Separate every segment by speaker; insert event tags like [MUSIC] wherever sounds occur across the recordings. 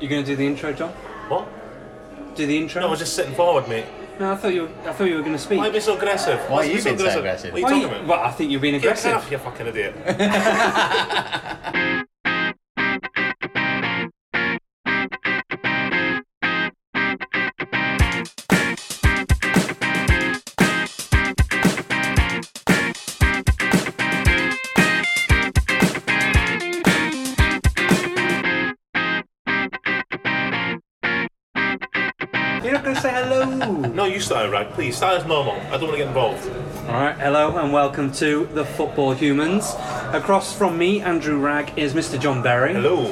Speaker 1: You gonna do the intro, John?
Speaker 2: What?
Speaker 1: Do the intro?
Speaker 2: No, I was just sitting forward, mate.
Speaker 1: No, I thought you. Were, I thought you were gonna speak.
Speaker 2: Why are you being so aggressive?
Speaker 3: Why are you
Speaker 2: being
Speaker 3: being so aggressive?
Speaker 2: What are you
Speaker 1: Why
Speaker 2: talking
Speaker 1: you-
Speaker 2: about?
Speaker 1: well, I think you're being
Speaker 2: Get a car,
Speaker 1: aggressive.
Speaker 2: you fucking idiot.
Speaker 1: You're not gonna say
Speaker 2: [LAUGHS]
Speaker 1: hello.
Speaker 2: No, you start it right, please. Start as normal. I don't want to get involved.
Speaker 1: All right, hello and welcome to the Football Humans. Across from me, Andrew Ragg, is Mr. John Berry,
Speaker 2: Hello.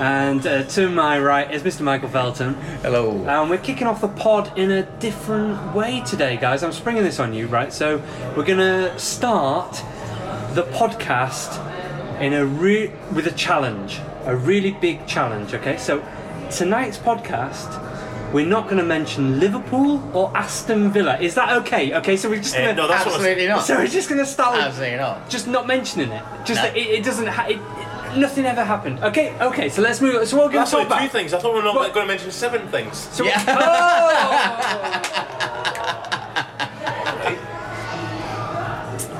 Speaker 1: and uh, to my right is Mr. Michael Felton.
Speaker 3: Hello.
Speaker 1: And we're kicking off the pod in a different way today, guys. I'm springing this on you, right? So we're gonna start the podcast in a re- with a challenge, a really big challenge. Okay, so tonight's podcast. We're not going to mention Liverpool or Aston Villa. Is that okay? Okay, so we're just
Speaker 2: Eh,
Speaker 1: going
Speaker 2: no, that's what
Speaker 3: Absolutely not.
Speaker 1: [LAUGHS] so we're just going to start with
Speaker 3: Absolutely not.
Speaker 1: just not mentioning it. Just
Speaker 3: No.
Speaker 1: that it, it doesn't. Ha- it, it- nothing ever happened. Okay, okay. So let's move. on. So we're
Speaker 2: I,
Speaker 1: going
Speaker 2: I
Speaker 1: to
Speaker 2: saw
Speaker 1: talk
Speaker 2: two
Speaker 1: about.
Speaker 2: things. I thought we were
Speaker 1: What?
Speaker 2: not going to mention seven things.
Speaker 1: So Oh,
Speaker 3: Yeah.
Speaker 1: [LAUGHS]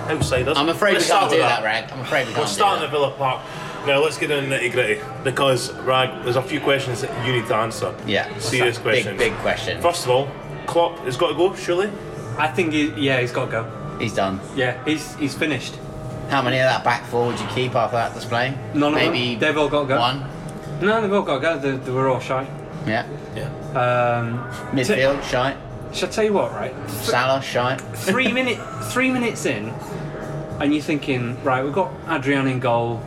Speaker 2: Outsiders.
Speaker 3: I'm afraid
Speaker 2: Let's
Speaker 3: we can't
Speaker 2: start
Speaker 3: do
Speaker 2: with
Speaker 3: that, Rag. I'm afraid we
Speaker 2: We're
Speaker 3: can't do
Speaker 2: starting
Speaker 3: that.
Speaker 2: at Villa Park. Now let's get into nitty gritty because Rag, there's a few questions that you need to answer.
Speaker 3: Yeah.
Speaker 2: Serious
Speaker 3: Big,
Speaker 2: questions.
Speaker 3: Big, question.
Speaker 2: First of all, Klopp has got to go, surely.
Speaker 1: I think he, yeah, he's got to go.
Speaker 3: He's done.
Speaker 1: Yeah, he's he's finished.
Speaker 3: How many of that back four would you keep after that display?
Speaker 1: None of them.
Speaker 3: Maybe
Speaker 1: They've all got to go.
Speaker 3: One.
Speaker 1: No, they've all got to go. They, they were all shy.
Speaker 3: Yeah.
Speaker 2: Yeah.
Speaker 1: Um,
Speaker 3: Midfield, shite.
Speaker 1: shall I tell you what? Right,
Speaker 3: Salah, shite.
Speaker 1: three minute three minutes in, and you're thinking, right, we've got Adrian in goal.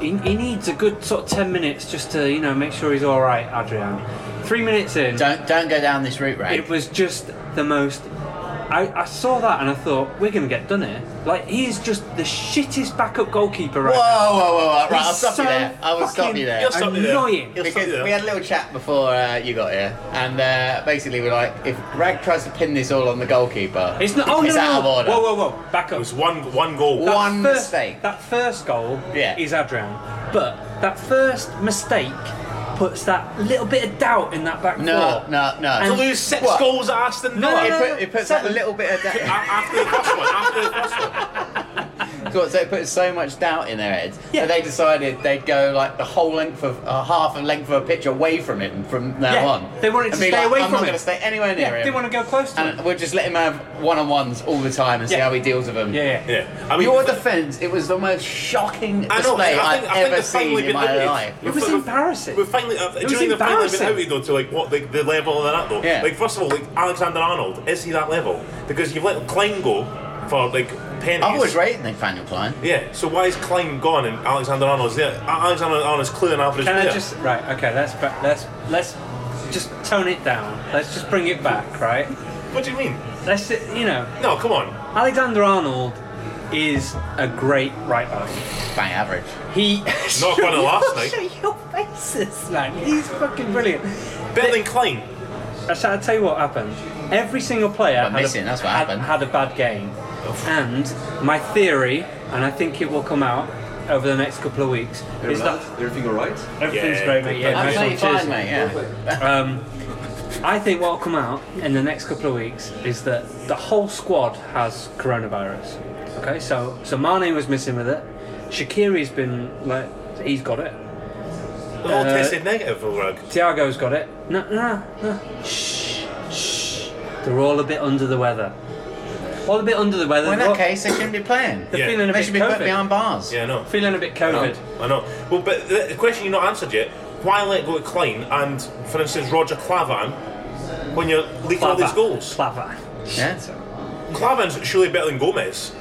Speaker 1: He, he needs a good sort of ten minutes just to you know make sure he's all right, Adrian. Three minutes in,
Speaker 3: Don't don't go down this route, Rag.
Speaker 1: It was just the most. I, I saw that and I thought, we're going to get done here. Like, he is just the shittest backup goalkeeper
Speaker 3: Whoa,
Speaker 1: right
Speaker 3: whoa, whoa, whoa! Right,
Speaker 1: now.
Speaker 3: I'll
Speaker 1: He's
Speaker 3: stop
Speaker 1: so
Speaker 3: you there. I will stop
Speaker 1: fucking
Speaker 3: you there.
Speaker 2: You'll stop me there.
Speaker 1: Annoying.
Speaker 2: You'll stop
Speaker 3: Because
Speaker 2: me there.
Speaker 3: we had a little chat before uh, you got here, and uh, basically we're like, if Rag tries to pin this all on the goalkeeper,
Speaker 1: It's not. Oh,
Speaker 3: it's
Speaker 1: no,
Speaker 3: out
Speaker 1: no.
Speaker 3: of order.
Speaker 1: Whoa, whoa, whoa. Back
Speaker 2: It
Speaker 1: up.
Speaker 2: was one one goal.
Speaker 3: What?
Speaker 1: That
Speaker 3: one
Speaker 1: first,
Speaker 3: mistake.
Speaker 1: That first goal
Speaker 3: Yeah.
Speaker 1: is Adrian. But that first mistake puts that little bit of doubt in that back
Speaker 3: No,
Speaker 1: four.
Speaker 3: no, no.
Speaker 1: And-
Speaker 2: To lose six
Speaker 3: What?
Speaker 2: goals at Aston Villa.
Speaker 1: No, no,
Speaker 3: It,
Speaker 1: no.
Speaker 3: put, it puts up a little bit of
Speaker 2: A-
Speaker 3: doubt.
Speaker 2: After the first one, after the first one.
Speaker 3: So so it put so much doubt in their heads
Speaker 1: Yeah.
Speaker 3: that they decided they'd go like the whole length of uh, half a length of a pitch away from him from now
Speaker 1: Yeah,
Speaker 3: on.
Speaker 1: they wanted
Speaker 3: And
Speaker 1: to
Speaker 3: be
Speaker 1: stay
Speaker 3: like,
Speaker 1: away
Speaker 3: I'm
Speaker 1: from
Speaker 3: not
Speaker 1: him."
Speaker 3: going to stay anywhere near
Speaker 1: Yeah,
Speaker 3: him.
Speaker 1: didn't want to go close to
Speaker 3: and
Speaker 1: him.
Speaker 3: we'll just let him have one on ones all the time and see
Speaker 1: Yeah.
Speaker 3: how he deals with them.
Speaker 1: Yeah, yeah.
Speaker 2: Yeah. I mean,
Speaker 3: Your defence, it was the most shocking display
Speaker 2: I know, I
Speaker 3: I've
Speaker 2: think, I think
Speaker 3: ever
Speaker 2: they've
Speaker 3: seen
Speaker 2: finally
Speaker 3: in
Speaker 2: been
Speaker 3: my
Speaker 2: outed.
Speaker 3: life.
Speaker 1: It
Speaker 2: We've-
Speaker 1: was
Speaker 2: we've-
Speaker 1: embarrassing.
Speaker 2: We've finally, uh, do
Speaker 1: was
Speaker 2: you think they've finally been
Speaker 1: embarrassing.
Speaker 2: outed though to like what the, the level they're at though?
Speaker 3: Yeah.
Speaker 2: Like first of all, like Alexander Arnold, is he that level? Because you've let Klein go for like pennies.
Speaker 3: I've always rated Nathaniel Klein.
Speaker 2: Yeah. So why is Klein gone and Alexander Arnold's there? A- Alexander Arnold's clearly an average
Speaker 1: Can I
Speaker 2: player.
Speaker 1: just right? Okay, let's ba- let's let's just tone it down. Let's just bring it back, right?
Speaker 2: What do you mean?
Speaker 1: Let's you know,
Speaker 2: No, come on.
Speaker 1: Alexander Arnold is a great right back.
Speaker 3: Bang average.
Speaker 1: He [LAUGHS]
Speaker 2: Not quite a last night.
Speaker 1: Show your faces, man. He's fucking brilliant.
Speaker 2: Better than Klein.
Speaker 1: I shall I tell you what happened. Every single player
Speaker 3: But
Speaker 1: had,
Speaker 3: missing,
Speaker 1: a,
Speaker 3: that's what
Speaker 1: had,
Speaker 3: happened.
Speaker 1: had a bad game. And my theory, and I think it will come out over the next couple of weeks, is that
Speaker 4: everything alright?
Speaker 1: everything's
Speaker 2: Yeah,
Speaker 1: great, mate. Yeah,
Speaker 2: I'm
Speaker 1: nice
Speaker 3: Absolutely
Speaker 1: one.
Speaker 3: fine,
Speaker 1: Cheers.
Speaker 3: mate. Yeah.
Speaker 1: Um, I think what will come out in the next couple of weeks is that the whole squad has coronavirus. Okay, so so Mane was missing with it. Shakiri's been like he's got it.
Speaker 2: They've all
Speaker 1: Uh,
Speaker 2: tested negative for rug.
Speaker 1: Thiago's got it. No, no, no. Shh, shh. They're all a bit under the weather. All a bit under the weather.
Speaker 3: Well, in that
Speaker 1: They're all-
Speaker 3: case, they shouldn't be playing.
Speaker 1: they're
Speaker 2: Yeah.
Speaker 1: feeling a
Speaker 3: They
Speaker 1: bit
Speaker 3: should be put
Speaker 1: COVID.
Speaker 3: behind bars.
Speaker 2: Yeah, I know.
Speaker 1: Feeling a bit COVID.
Speaker 2: I know. Well, but the the question you've not answered yet: Why let go of Klein and, for instance, Roger Clavan when you're leaking all these goals?
Speaker 1: Clava.
Speaker 3: Yeah.
Speaker 2: Clavan's surely better than Gomez.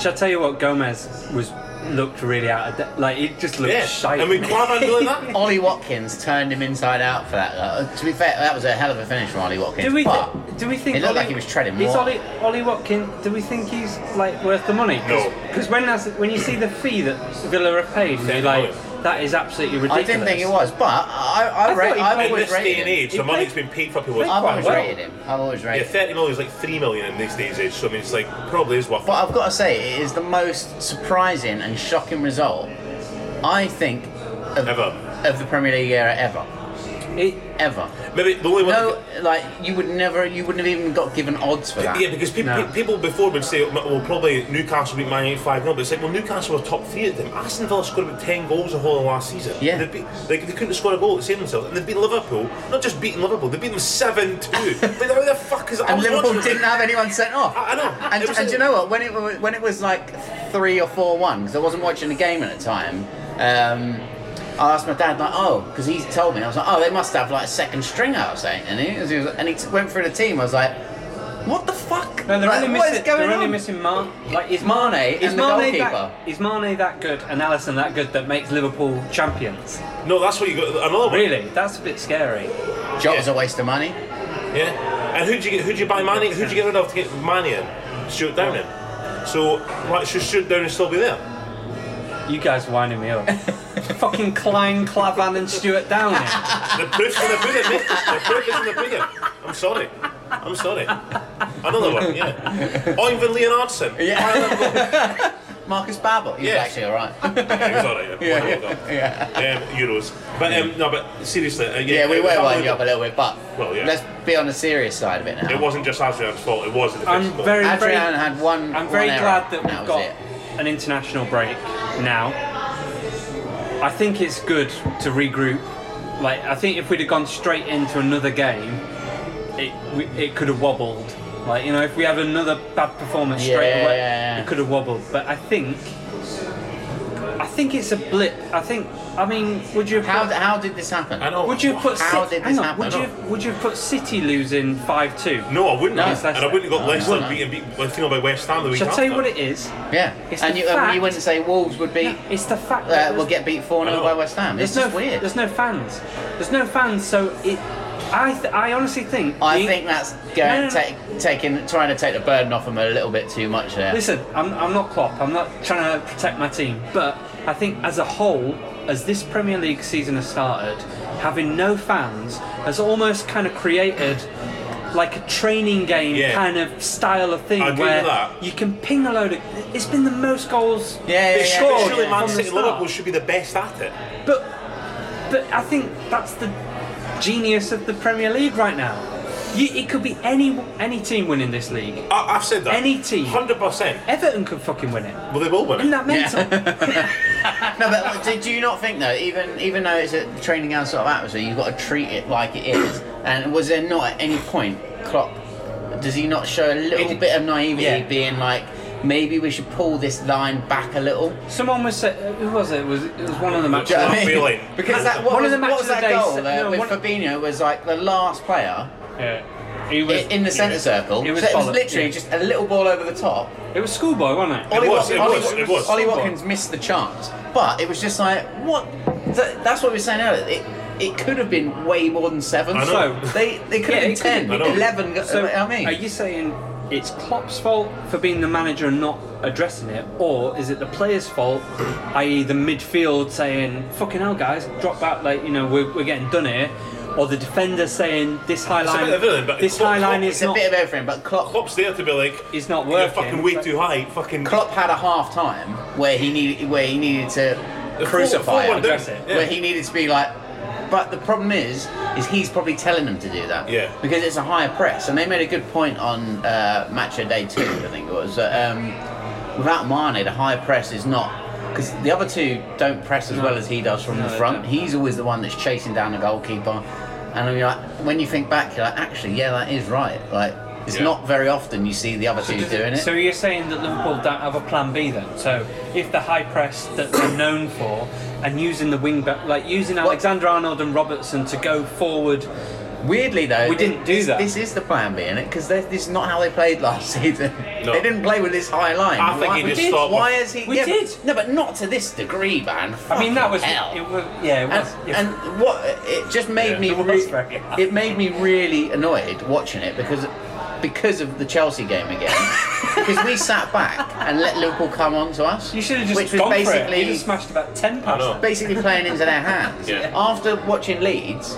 Speaker 1: Shall I tell you what? Gomez was looked really out of de- like it just looked
Speaker 2: Yeah.
Speaker 1: shite.
Speaker 2: and when Clavan doing
Speaker 3: [LAUGHS]
Speaker 2: that,
Speaker 3: Ollie Watkins turned him inside out for that. Uh, to be fair, that was a hell of a finish from Ollie Watkins.
Speaker 1: Do we,
Speaker 3: but
Speaker 1: thi- do we think
Speaker 3: it looked like he was treading
Speaker 1: Is
Speaker 3: water.
Speaker 1: Ollie, Ollie Watkins? Do we think he's like worth the money?
Speaker 2: No.
Speaker 1: Because when that's, when you see the fee that Villa have paid, you're
Speaker 2: oh,
Speaker 1: like that is absolutely
Speaker 3: I
Speaker 1: ridiculous.
Speaker 3: didn't think it was, but I, I,
Speaker 1: I
Speaker 3: I,
Speaker 1: thought
Speaker 3: rate,
Speaker 1: he
Speaker 3: I've
Speaker 1: played
Speaker 2: in
Speaker 3: always
Speaker 2: this
Speaker 3: rated
Speaker 2: day and
Speaker 3: him.
Speaker 2: age,
Speaker 1: He
Speaker 2: the money
Speaker 1: played-
Speaker 2: that's been paid for people is
Speaker 3: I've
Speaker 1: quite
Speaker 3: always
Speaker 1: well.
Speaker 3: rated him. I've always
Speaker 2: yeah,
Speaker 3: rated him.
Speaker 2: thirty million is like three million in these days age. So I mean, it's like probably is worth.
Speaker 3: But I've got to say, it is the most surprising and shocking result I think of,
Speaker 2: Ever.
Speaker 3: of the Premier League era ever.
Speaker 1: It-
Speaker 3: ever.
Speaker 2: Maybe the only one.
Speaker 3: No, like you would never, you wouldn't have even got given odds for that.
Speaker 2: Yeah, because people,
Speaker 1: No.
Speaker 2: people before would say, well, probably Newcastle beat Man United 5 0, but it's like, well, Newcastle were top three at them. Aston Villa scored about 10 goals the whole of last season.
Speaker 3: Yeah.
Speaker 2: They, beat, they, they couldn't score a goal to save themselves. And they've beaten Liverpool, not just beaten Liverpool, they beat them 7 2.
Speaker 3: [LAUGHS]
Speaker 2: like, how the fuck is that? I
Speaker 3: and
Speaker 2: was
Speaker 3: Liverpool
Speaker 2: watching it.
Speaker 3: didn't have anyone sent off.
Speaker 2: I I know.
Speaker 3: And,
Speaker 2: It was like-
Speaker 3: and do you know what? When it wa- when it was like three or four one, because I wasn't watching the game at the time, um, I asked my dad like, oh, because he told me I was like, oh, they must have like a second stringer or something, and he, was- he was, and he t- went through the team. I was like, what the fuck?
Speaker 1: No, they're
Speaker 3: Like,
Speaker 1: only
Speaker 3: what
Speaker 1: missing.
Speaker 3: is going
Speaker 1: they're only
Speaker 3: on?
Speaker 1: missing Mar- Like is
Speaker 3: Mane
Speaker 1: is
Speaker 3: and the
Speaker 1: Mane
Speaker 3: goalkeeper.
Speaker 1: That, is Mane that good and Allison that good that makes Liverpool champions?
Speaker 2: No, that's what you got. Another one.
Speaker 1: Really, that's a bit scary.
Speaker 3: Jota's a waste
Speaker 2: [LAUGHS]
Speaker 3: of money.
Speaker 2: Yeah. And who'd you get? Who'd you buy Manny? Who'd you get rid of to get Manny in? Stuart Downing. So like, should Stuart Downing still be there?
Speaker 1: You guys winding me
Speaker 3: [LAUGHS]
Speaker 1: up. Fucking Klein, Clavan, and Stuart Downing.
Speaker 2: The proof's in the pudding, mate. The proof is in the pudding. I'm sorry. I'm sorry. Another one. Yeah. Oyvind Leonardson.
Speaker 3: Yeah.
Speaker 2: Why not?
Speaker 3: [LAUGHS] Marcus Babel, he's
Speaker 2: Yes.
Speaker 3: actually
Speaker 2: [LAUGHS]
Speaker 3: all right.
Speaker 2: It was all
Speaker 3: [LAUGHS]
Speaker 2: right. Yeah. Why not? Um, Euros. But um, no. But seriously. Uh, yeah,
Speaker 3: yeah, we
Speaker 2: it-
Speaker 3: were
Speaker 2: it-
Speaker 3: winding up a little bit, but
Speaker 2: Well, yeah.
Speaker 3: let's be on the serious side of it now.
Speaker 2: It wasn't just Adrian's fault. It was the
Speaker 1: I'm
Speaker 2: defensive fault.
Speaker 1: very, very,
Speaker 3: Adrian had one.
Speaker 1: I'm
Speaker 3: one
Speaker 1: very
Speaker 3: error,
Speaker 1: glad that
Speaker 3: and
Speaker 1: we've
Speaker 3: that was
Speaker 1: got
Speaker 3: it.
Speaker 1: an international break now. I think it's good to regroup. Like, I think if we'd have gone straight into another game, it we, it could have wobbled. Like, you know, if we had another bad performance straight away,
Speaker 3: Yeah.
Speaker 1: it could have wobbled. But I think, I think it's a blip. I think, I mean, would you have
Speaker 3: How,
Speaker 1: put-
Speaker 3: how did this happen?
Speaker 2: I know.
Speaker 1: would you have put
Speaker 3: How
Speaker 1: Cit-
Speaker 3: did
Speaker 1: hang
Speaker 3: this
Speaker 1: on,
Speaker 3: happen?
Speaker 1: Would you have, would you have put City losing five two?
Speaker 2: No, I wouldn't.
Speaker 3: No.
Speaker 2: have. and I wouldn't have got
Speaker 3: No,
Speaker 2: Leicester
Speaker 3: no.
Speaker 2: beaten beat, beat, by West Ham the week
Speaker 1: Shall I
Speaker 2: after.
Speaker 1: tell you what it is?
Speaker 3: Yeah,
Speaker 1: It's
Speaker 3: and
Speaker 1: the
Speaker 3: you, I mean,
Speaker 1: fact-
Speaker 3: you wouldn't say Wolves would be
Speaker 1: It's the fact that
Speaker 3: uh, will get beat four
Speaker 2: I
Speaker 3: 0
Speaker 2: know.
Speaker 3: by West Ham. It's
Speaker 1: there's
Speaker 3: just
Speaker 1: no
Speaker 3: weird.
Speaker 1: There's no fans. There's no fans, so it. I th- I honestly think.
Speaker 3: I
Speaker 1: the-
Speaker 3: think that's
Speaker 1: No,
Speaker 3: going
Speaker 1: no, no.
Speaker 3: take, taking trying to take the burden off them a little bit too much there.
Speaker 1: Listen, I'm I'm not Klopp. I'm not trying to protect my team, but I think as a whole, as this Premier League season has started, having no fans has almost kind of created. Like a training game
Speaker 2: Yeah.
Speaker 1: kind of style of thing
Speaker 2: I agree with
Speaker 1: where
Speaker 2: that.
Speaker 1: you can ping a load of. It's been the most goals.
Speaker 3: Yeah, yeah,
Speaker 1: they've
Speaker 3: yeah.
Speaker 1: scored
Speaker 2: Surely
Speaker 1: from
Speaker 2: Man
Speaker 1: the
Speaker 2: City and
Speaker 1: start.
Speaker 2: Liverpool should be the best at it.
Speaker 1: But but I think that's the genius of the Premier League right now. You, it could be any any team winning this league.
Speaker 2: I, I've said that.
Speaker 1: Any team.
Speaker 2: Hundred percent.
Speaker 1: Everton could fucking win it.
Speaker 2: Well, they will win
Speaker 1: Isn't
Speaker 2: it.
Speaker 1: that mental?
Speaker 3: [LAUGHS] No, but like, do, do you not think though? Even even though it's a training ground sort of atmosphere, you've got to treat it like it is. And was there not at any point Klopp? Does he not show a little
Speaker 1: It-
Speaker 3: bit of naivety,
Speaker 1: yeah.
Speaker 3: being like, maybe we should pull this line back a little?
Speaker 1: Someone was sa- who was it? Was it was one of the matches?
Speaker 2: Yeah,
Speaker 3: Do you know what I mean?
Speaker 2: feeling.
Speaker 3: [LAUGHS] Because that what
Speaker 1: One
Speaker 3: was,
Speaker 1: of the
Speaker 3: what was
Speaker 1: matches of
Speaker 3: that
Speaker 1: the day
Speaker 3: goal
Speaker 1: said-
Speaker 3: uh,
Speaker 1: no,
Speaker 3: with
Speaker 1: one-
Speaker 3: Fabinho was like the last player
Speaker 1: Yeah. He
Speaker 3: i-
Speaker 1: was
Speaker 3: in the centre
Speaker 1: yeah.
Speaker 3: circle.
Speaker 1: It was,
Speaker 3: so it was
Speaker 1: bollocks,
Speaker 3: literally
Speaker 1: yeah.
Speaker 3: just a little ball over the top.
Speaker 1: It was schoolboy, wasn't it?
Speaker 2: It was, it
Speaker 3: Ollie-
Speaker 2: was, it was.
Speaker 3: Ollie Watkins missed the chance, but it was just like what? Th- that's what we were saying earlier. It, it could have been way more than seven.
Speaker 2: I know.
Speaker 3: So they they could
Speaker 1: Yeah,
Speaker 3: have been
Speaker 1: it could have
Speaker 3: ten,
Speaker 2: been. I know.
Speaker 3: eleven. go-
Speaker 1: So,
Speaker 3: I mean,
Speaker 1: are you saying it's Klopp's fault for being the manager and not addressing it, or is it the players' fault, i.e., the midfield saying "fucking hell, guys, drop back," like you know, we're, we're getting done here, or the defender saying this high
Speaker 2: a
Speaker 1: line,
Speaker 2: bit of everything, but
Speaker 1: this
Speaker 2: Klopp-
Speaker 1: high line
Speaker 2: Klopp
Speaker 1: is
Speaker 3: it's a
Speaker 1: not.
Speaker 3: bit of everything, but Klopp,
Speaker 2: Klopp's there to be like,
Speaker 1: It's not
Speaker 2: You're
Speaker 1: working,
Speaker 2: fucking way
Speaker 1: but-
Speaker 2: too high. Fucking.
Speaker 3: Klopp had a half time where he needed where he needed to
Speaker 2: The full-
Speaker 3: crucify
Speaker 2: full
Speaker 3: him,
Speaker 2: one down.
Speaker 1: Address it.
Speaker 2: Yeah.
Speaker 3: where he needed to be like. But the problem is, is he's probably telling them to do that.
Speaker 2: Yeah.
Speaker 3: Because it's a higher press, and they made a good point on uh, Match of Day Two, I think it was. That, um, without Mane, the high press is not because the other two don't press as well as he does from
Speaker 1: No,
Speaker 3: the
Speaker 1: they
Speaker 3: front.
Speaker 1: don't.
Speaker 3: He's always the one that's chasing down the goalkeeper, and you're like, when you think back, you're like, actually, yeah, that is right. Like, it's
Speaker 2: Yeah.
Speaker 3: not very often you see the other two doing it.
Speaker 1: So you're saying that Liverpool don't have a plan B then? So if the high press that they're known for and using the wing back, like using Alexander Arnold and Robertson to go forward,
Speaker 3: Weirdly though,
Speaker 1: We didn't do
Speaker 3: this,
Speaker 1: that.
Speaker 3: This is the plan B, isn't it? Because this is not how they played last [LAUGHS] season.
Speaker 2: No.
Speaker 3: They didn't play with this high line.
Speaker 2: I think
Speaker 3: why,
Speaker 2: he
Speaker 1: We
Speaker 2: just
Speaker 1: did.
Speaker 2: thought.
Speaker 3: why is he?
Speaker 1: We
Speaker 3: yeah, but-
Speaker 1: did.
Speaker 3: no, but not to this degree, man.
Speaker 1: I mean that was
Speaker 3: hell.
Speaker 1: it was yeah, it
Speaker 3: and,
Speaker 1: was, yeah.
Speaker 3: and what it just made
Speaker 1: Yeah, [LAUGHS]
Speaker 3: me
Speaker 1: it was
Speaker 3: re-
Speaker 1: very-
Speaker 3: it made me really annoyed watching it because because of the Chelsea game
Speaker 1: [LAUGHS]
Speaker 3: again because we sat back and let Liverpool come on to us
Speaker 1: You should have just
Speaker 3: which was
Speaker 1: gone for it.
Speaker 3: basically
Speaker 1: You just smashed about ten
Speaker 2: I know.
Speaker 1: past.
Speaker 3: basically playing into their hands
Speaker 2: Yeah.
Speaker 3: after watching Leeds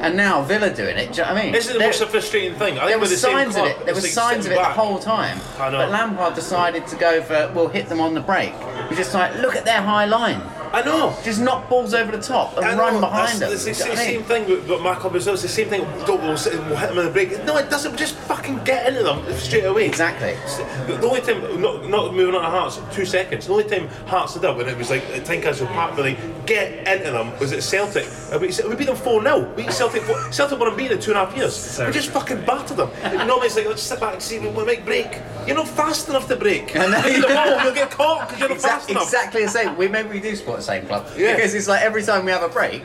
Speaker 3: and now Villa doing it do you know what I mean
Speaker 2: This is the
Speaker 3: They're-
Speaker 2: most frustrating thing. I think
Speaker 3: there were
Speaker 2: with the same
Speaker 3: signs of
Speaker 2: club,
Speaker 3: it. There were
Speaker 2: it's like
Speaker 3: signs of it
Speaker 2: sitting
Speaker 3: the
Speaker 2: back.
Speaker 3: whole time.
Speaker 2: I know.
Speaker 3: But Lampard decided to go for we'll hit them on the break. We're just like, look at their high line.
Speaker 2: I know.
Speaker 3: Just knock balls over the top and
Speaker 2: I
Speaker 3: run
Speaker 2: know,
Speaker 3: behind them.
Speaker 2: that's- It's
Speaker 3: Do
Speaker 2: the
Speaker 3: you know what I
Speaker 2: same
Speaker 3: mean?
Speaker 2: thing with, with my club as well. It's the same thing. We'll, we'll, sit and we'll hit them in the break. No, it doesn't. Just fucking get into them straight away.
Speaker 3: Exactly.
Speaker 2: It's The the only time, not, not moving on to Hearts, two seconds. The only time Hearts did it when it was like the Tinkers were packed, but they get into them was at Celtic. And we, we beat them 4 0. We beat Celtic 4 Celtic were unbeaten in two and a half years. we just fucking battered them. And normally it's like, let's sit back and see, we, we might break. You're not fast enough to break.
Speaker 3: I know.
Speaker 2: Hit the ball, you'll get caught because you're not
Speaker 3: Exact-
Speaker 2: fast enough.
Speaker 3: exactly the same. We maybe we do support the same club
Speaker 2: Yeah.
Speaker 3: because it's like every time we have a break,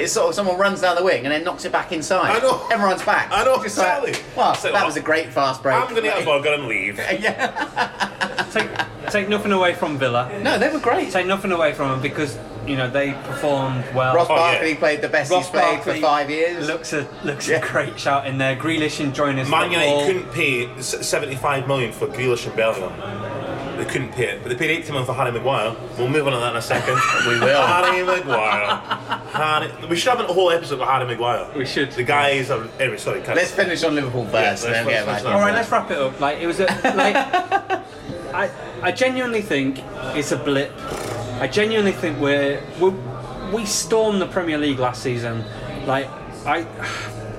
Speaker 3: it's sort of someone runs down the wing and then knocks it back
Speaker 2: I
Speaker 3: inside.
Speaker 2: know.
Speaker 3: Everyone's back.
Speaker 2: I know,
Speaker 3: Just
Speaker 2: exactly.
Speaker 3: Like, well,
Speaker 2: It's like,
Speaker 3: that
Speaker 2: well,
Speaker 3: was a great fast break.
Speaker 2: I'm going to get a burger and leave.
Speaker 3: [LAUGHS] yeah.
Speaker 1: Take, take nothing away from Villa.
Speaker 3: No, they were great.
Speaker 1: Take nothing away from them because you know they performed well.
Speaker 3: Ross
Speaker 2: Oh, yeah.
Speaker 3: Barkley played the best he's played
Speaker 1: Barkley
Speaker 3: for five years.
Speaker 1: Looks a looks
Speaker 3: Yeah.
Speaker 1: a great shout in there. Grealish enjoying his
Speaker 2: Man
Speaker 1: football.
Speaker 2: United couldn't pay s- 75 million for Grealish and Bellingham. They couldn't pay it, but they paid 80 million for Harry Maguire. We'll move on to that in
Speaker 1: [LAUGHS]
Speaker 2: a second.
Speaker 3: We will.
Speaker 2: Harry Maguire. Harry, we should have a whole episode with Harry Maguire.
Speaker 1: We should.
Speaker 2: The guy is a. Anyway, sorry, cut.
Speaker 3: Let's finish on Liverpool first, and
Speaker 2: let's-
Speaker 3: then get
Speaker 2: let's-
Speaker 3: back.
Speaker 2: let's-
Speaker 1: All right, let's wrap it up. Like it was a like I I genuinely think it's a blip. I genuinely think we're we we stormed the Premier League last season. Like I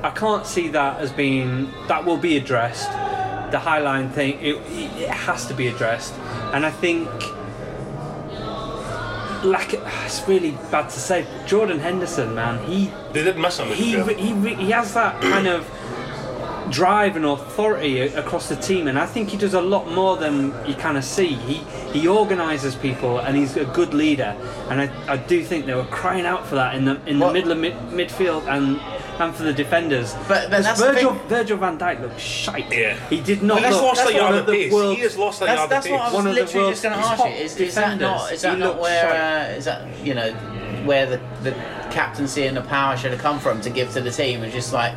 Speaker 1: I can't see that as being that will be addressed. The Highline thing it it has to be addressed, and I think. Like it's really bad to say, Jordan Henderson, man, he
Speaker 2: They did miss him. didn't
Speaker 1: he
Speaker 2: they?
Speaker 1: re- he, re- he has that kind of drive and authority a- across the team and I think he does a lot more than you kind of see he he organizes people and he's a good leader and I, I do think they were crying out for that in the in
Speaker 3: Well-
Speaker 1: the middle of mid, midfield and and for the defenders
Speaker 3: But- but
Speaker 1: Because
Speaker 3: that's the
Speaker 1: Virgil
Speaker 3: thing-
Speaker 1: Virgil van Dijk looked shite
Speaker 2: Yeah.
Speaker 1: he did not
Speaker 2: But that's
Speaker 1: look
Speaker 2: lost
Speaker 1: that's
Speaker 2: that yard
Speaker 1: one
Speaker 2: of
Speaker 1: of the
Speaker 2: pace.
Speaker 1: world
Speaker 2: He has lost that
Speaker 3: That's,
Speaker 2: yard
Speaker 3: that's
Speaker 2: of
Speaker 3: what I
Speaker 2: pace.
Speaker 3: was
Speaker 1: One of the
Speaker 3: literally just going to
Speaker 1: world's
Speaker 3: ask you.
Speaker 1: top
Speaker 3: Is, is that not?
Speaker 1: defenders.
Speaker 3: Is that
Speaker 1: He
Speaker 3: not
Speaker 1: looks
Speaker 3: where? Uh, is that you know where the, the captaincy and the power should have come from to give to the team? And just like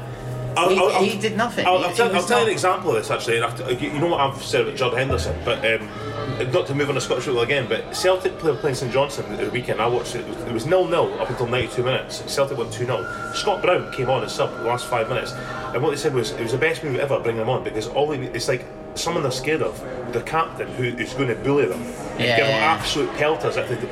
Speaker 3: he, he did nothing.
Speaker 2: I'll,
Speaker 3: He-
Speaker 2: I'll,
Speaker 3: he
Speaker 2: tell, I'll
Speaker 3: was
Speaker 2: tell you
Speaker 3: not-
Speaker 2: an example of this actually. And I, you you know what I've said about Judd Henderson, but um, not to move on to Scottish football again. But Celtic played playing St Johnson the weekend. I watched it. It was nil nil up until ninety two minutes. Celtic won two 0 Scott Brown came on as sub the last five minutes, and what they said was it was the best move ever. Bring him on because all they, it's like someone they're scared of, their captain who is going to bully them and
Speaker 3: Yeah,
Speaker 2: give them
Speaker 3: yeah.
Speaker 2: absolute pelters. I think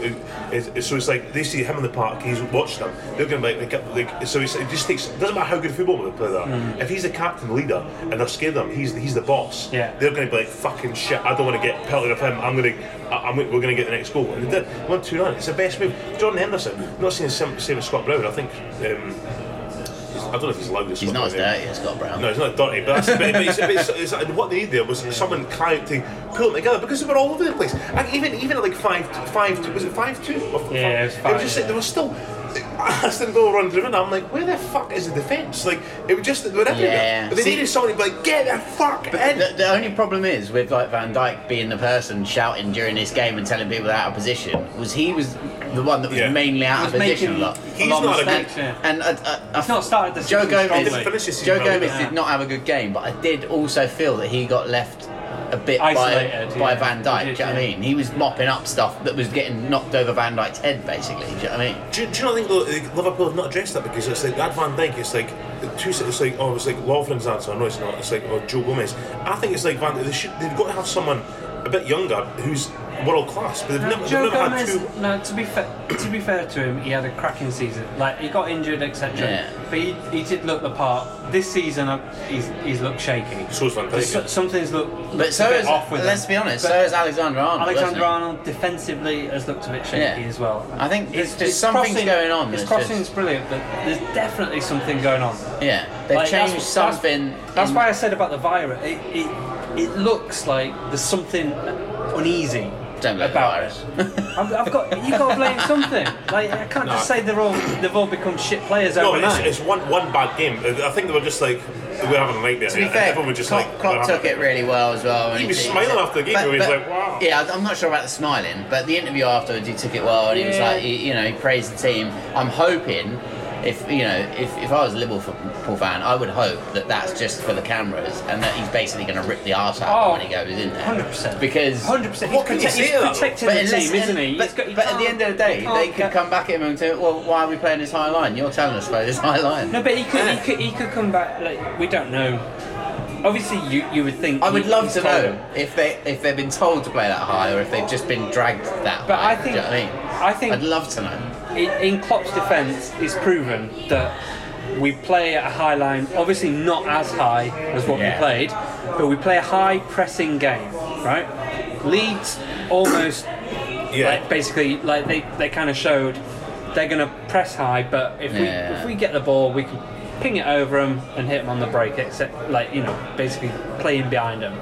Speaker 2: it's, it's- so. It's like they see him in the park. He's watched them. They're going to like, they get- like so. It's, it just takes. Doesn't matter how good a footballer they play there. If he's the captain leader and they're scared of him, he's he's the boss.
Speaker 1: Yeah.
Speaker 2: They're going to be like fucking shit. I don't want to get pelted of him. I'm going to. I'm, we're going to get the next goal. And they did one two nine. It's the best move. Jordan Henderson. Not seeing the same, same as Scott Brown. I think. Um, I don't know if he's loud as
Speaker 3: He's
Speaker 2: Scott
Speaker 3: not as
Speaker 2: Brown.
Speaker 3: dirty as Scott Brown.
Speaker 2: No, it's not dirty, but, that's, but, but it's, but it's, it's, like what they need there was someone kind to pull them together because they were all over the place. And even even at like five five two was it five two? Or four,
Speaker 1: Yeah, it was
Speaker 2: They were
Speaker 1: five,
Speaker 2: just
Speaker 1: yeah.
Speaker 2: they were still. Aston Villa run driven. I'm like, where the fuck is the defence? Like, it was just they were everywhere.
Speaker 3: Yeah.
Speaker 2: But they
Speaker 3: See-
Speaker 2: needed somebody to be like, get the fuck in.
Speaker 3: The, the only problem is with like Van Dyke being the person shouting during this game and telling people they're out of position was he was the one that was
Speaker 2: Yeah.
Speaker 3: mainly out
Speaker 1: He
Speaker 3: of
Speaker 1: was
Speaker 3: position
Speaker 1: making-
Speaker 3: a lot.
Speaker 2: He's
Speaker 3: lot of
Speaker 2: not a good-
Speaker 3: mistakes.
Speaker 1: yeah.
Speaker 3: And I, I, I,
Speaker 1: He's not started the
Speaker 3: Joe
Speaker 1: season
Speaker 3: Gomez.
Speaker 1: strongly. Didn't
Speaker 2: finish the season
Speaker 3: Joe
Speaker 2: well,
Speaker 3: Gomez
Speaker 2: yeah.
Speaker 3: did not have a good game, but I did also feel that he got left a bit
Speaker 1: Isolated,
Speaker 3: by, by
Speaker 1: yeah.
Speaker 3: Van Dyke.
Speaker 1: He did,
Speaker 3: do you know what I
Speaker 1: yeah.
Speaker 3: mean? He was mopping up stuff that was getting knocked over Van Dyke's head, basically. Do you know what I mean?
Speaker 2: Do, you- do you not think though, like, Liverpool have not addressed that because it's like that Van Dijk, it's like the two. It's like oh, it's like Lovren's answer. No, it's not. It's like oh, Joe Gomez. I think it's like Van. They should. They've got to have someone a bit younger who's world class. But they've
Speaker 1: No,
Speaker 2: never,
Speaker 1: Joe
Speaker 2: they've never
Speaker 1: Gomez.
Speaker 2: had two.
Speaker 1: No, to be fair, to be fair to him, he had a cracking season. Like he got injured, etc.
Speaker 3: Yeah.
Speaker 1: But he, he did look the part. This season, I- he's he's looked shaky.
Speaker 2: So's Van Dijk.
Speaker 1: So- something's looked, looked
Speaker 3: But so
Speaker 1: a bit
Speaker 3: is,
Speaker 1: off with him.
Speaker 3: let's be honest,
Speaker 1: But
Speaker 3: so is Alexander Arnold. wasn't
Speaker 1: Alexander
Speaker 3: he?
Speaker 1: Arnold defensively has looked a bit shaky
Speaker 3: Yeah.
Speaker 1: as well.
Speaker 3: I think there's just something's going on
Speaker 1: His
Speaker 3: that's
Speaker 1: crossing's
Speaker 3: just-
Speaker 1: brilliant, but there's definitely something going on.
Speaker 3: Yeah, they've
Speaker 1: Like, that's-
Speaker 3: changed
Speaker 1: that's-
Speaker 3: something.
Speaker 1: That's,
Speaker 3: in-
Speaker 1: why I said about the virus. It, it it looks like there's something uneasy
Speaker 3: Don't blame the
Speaker 1: about
Speaker 3: virus.
Speaker 1: it. I've, I've got you got to blame something. Like I can't just
Speaker 2: No.
Speaker 1: say they're all they've all become shit players
Speaker 2: No, it's,
Speaker 1: overnight.
Speaker 2: it's one one bad game. I think they were just like we're having a nightmare.
Speaker 3: To be
Speaker 2: here.
Speaker 3: fair,
Speaker 2: everyone was just
Speaker 3: Klopp,
Speaker 2: like
Speaker 3: Klopp
Speaker 2: we're
Speaker 3: took
Speaker 2: having-
Speaker 3: it really well as well. and
Speaker 2: He was smiling after the game, he was like, "Wow."
Speaker 3: Yeah, I- I'm not sure about the smiling, but the interview afterwards, he took it well, and he was
Speaker 1: Yeah.
Speaker 3: like, he, you know, he praised the team. I'm hoping, if you know, if, if I was a Liverpool fan, I would hope that that's just for the cameras, and that he's basically going to rip the arse out
Speaker 1: Oh,
Speaker 3: when he goes in there.
Speaker 1: 100%.
Speaker 3: Because.
Speaker 1: Hundred percent.
Speaker 2: What can you say though?
Speaker 1: protecting
Speaker 3: But,
Speaker 1: the
Speaker 3: unless-
Speaker 1: team, isn't he?
Speaker 3: but,
Speaker 1: He's got- he
Speaker 3: but at the
Speaker 1: can't-
Speaker 3: end of the
Speaker 1: he
Speaker 3: day, they
Speaker 1: can't
Speaker 3: could
Speaker 1: get-
Speaker 3: come back at him and say, "Well, why are we playing this high line? You're telling us to play this high line."
Speaker 1: No, but he could, he could, he could come back. Like we don't know. Obviously, you you would think.
Speaker 3: I would
Speaker 1: he-
Speaker 3: love
Speaker 1: he's
Speaker 3: to
Speaker 1: told
Speaker 3: know
Speaker 1: him.
Speaker 3: if they if they've been told to play that high or if they've just been dragged that
Speaker 1: But
Speaker 3: high.
Speaker 1: I think
Speaker 3: do you know what I mean?
Speaker 1: I think
Speaker 3: I'd love to know.
Speaker 1: in, in Klopp's defence, it's proven that we play at a high line, obviously not as high as what
Speaker 3: Yeah.
Speaker 1: we played, but we play a high pressing game, right? Leeds almost like
Speaker 2: Yeah.
Speaker 1: basically like they, they kind of showed they're going to press high, but if we
Speaker 3: Yeah.
Speaker 1: if we get the ball, we can ping it over them and hit them on the break, except like you know basically playing behind them,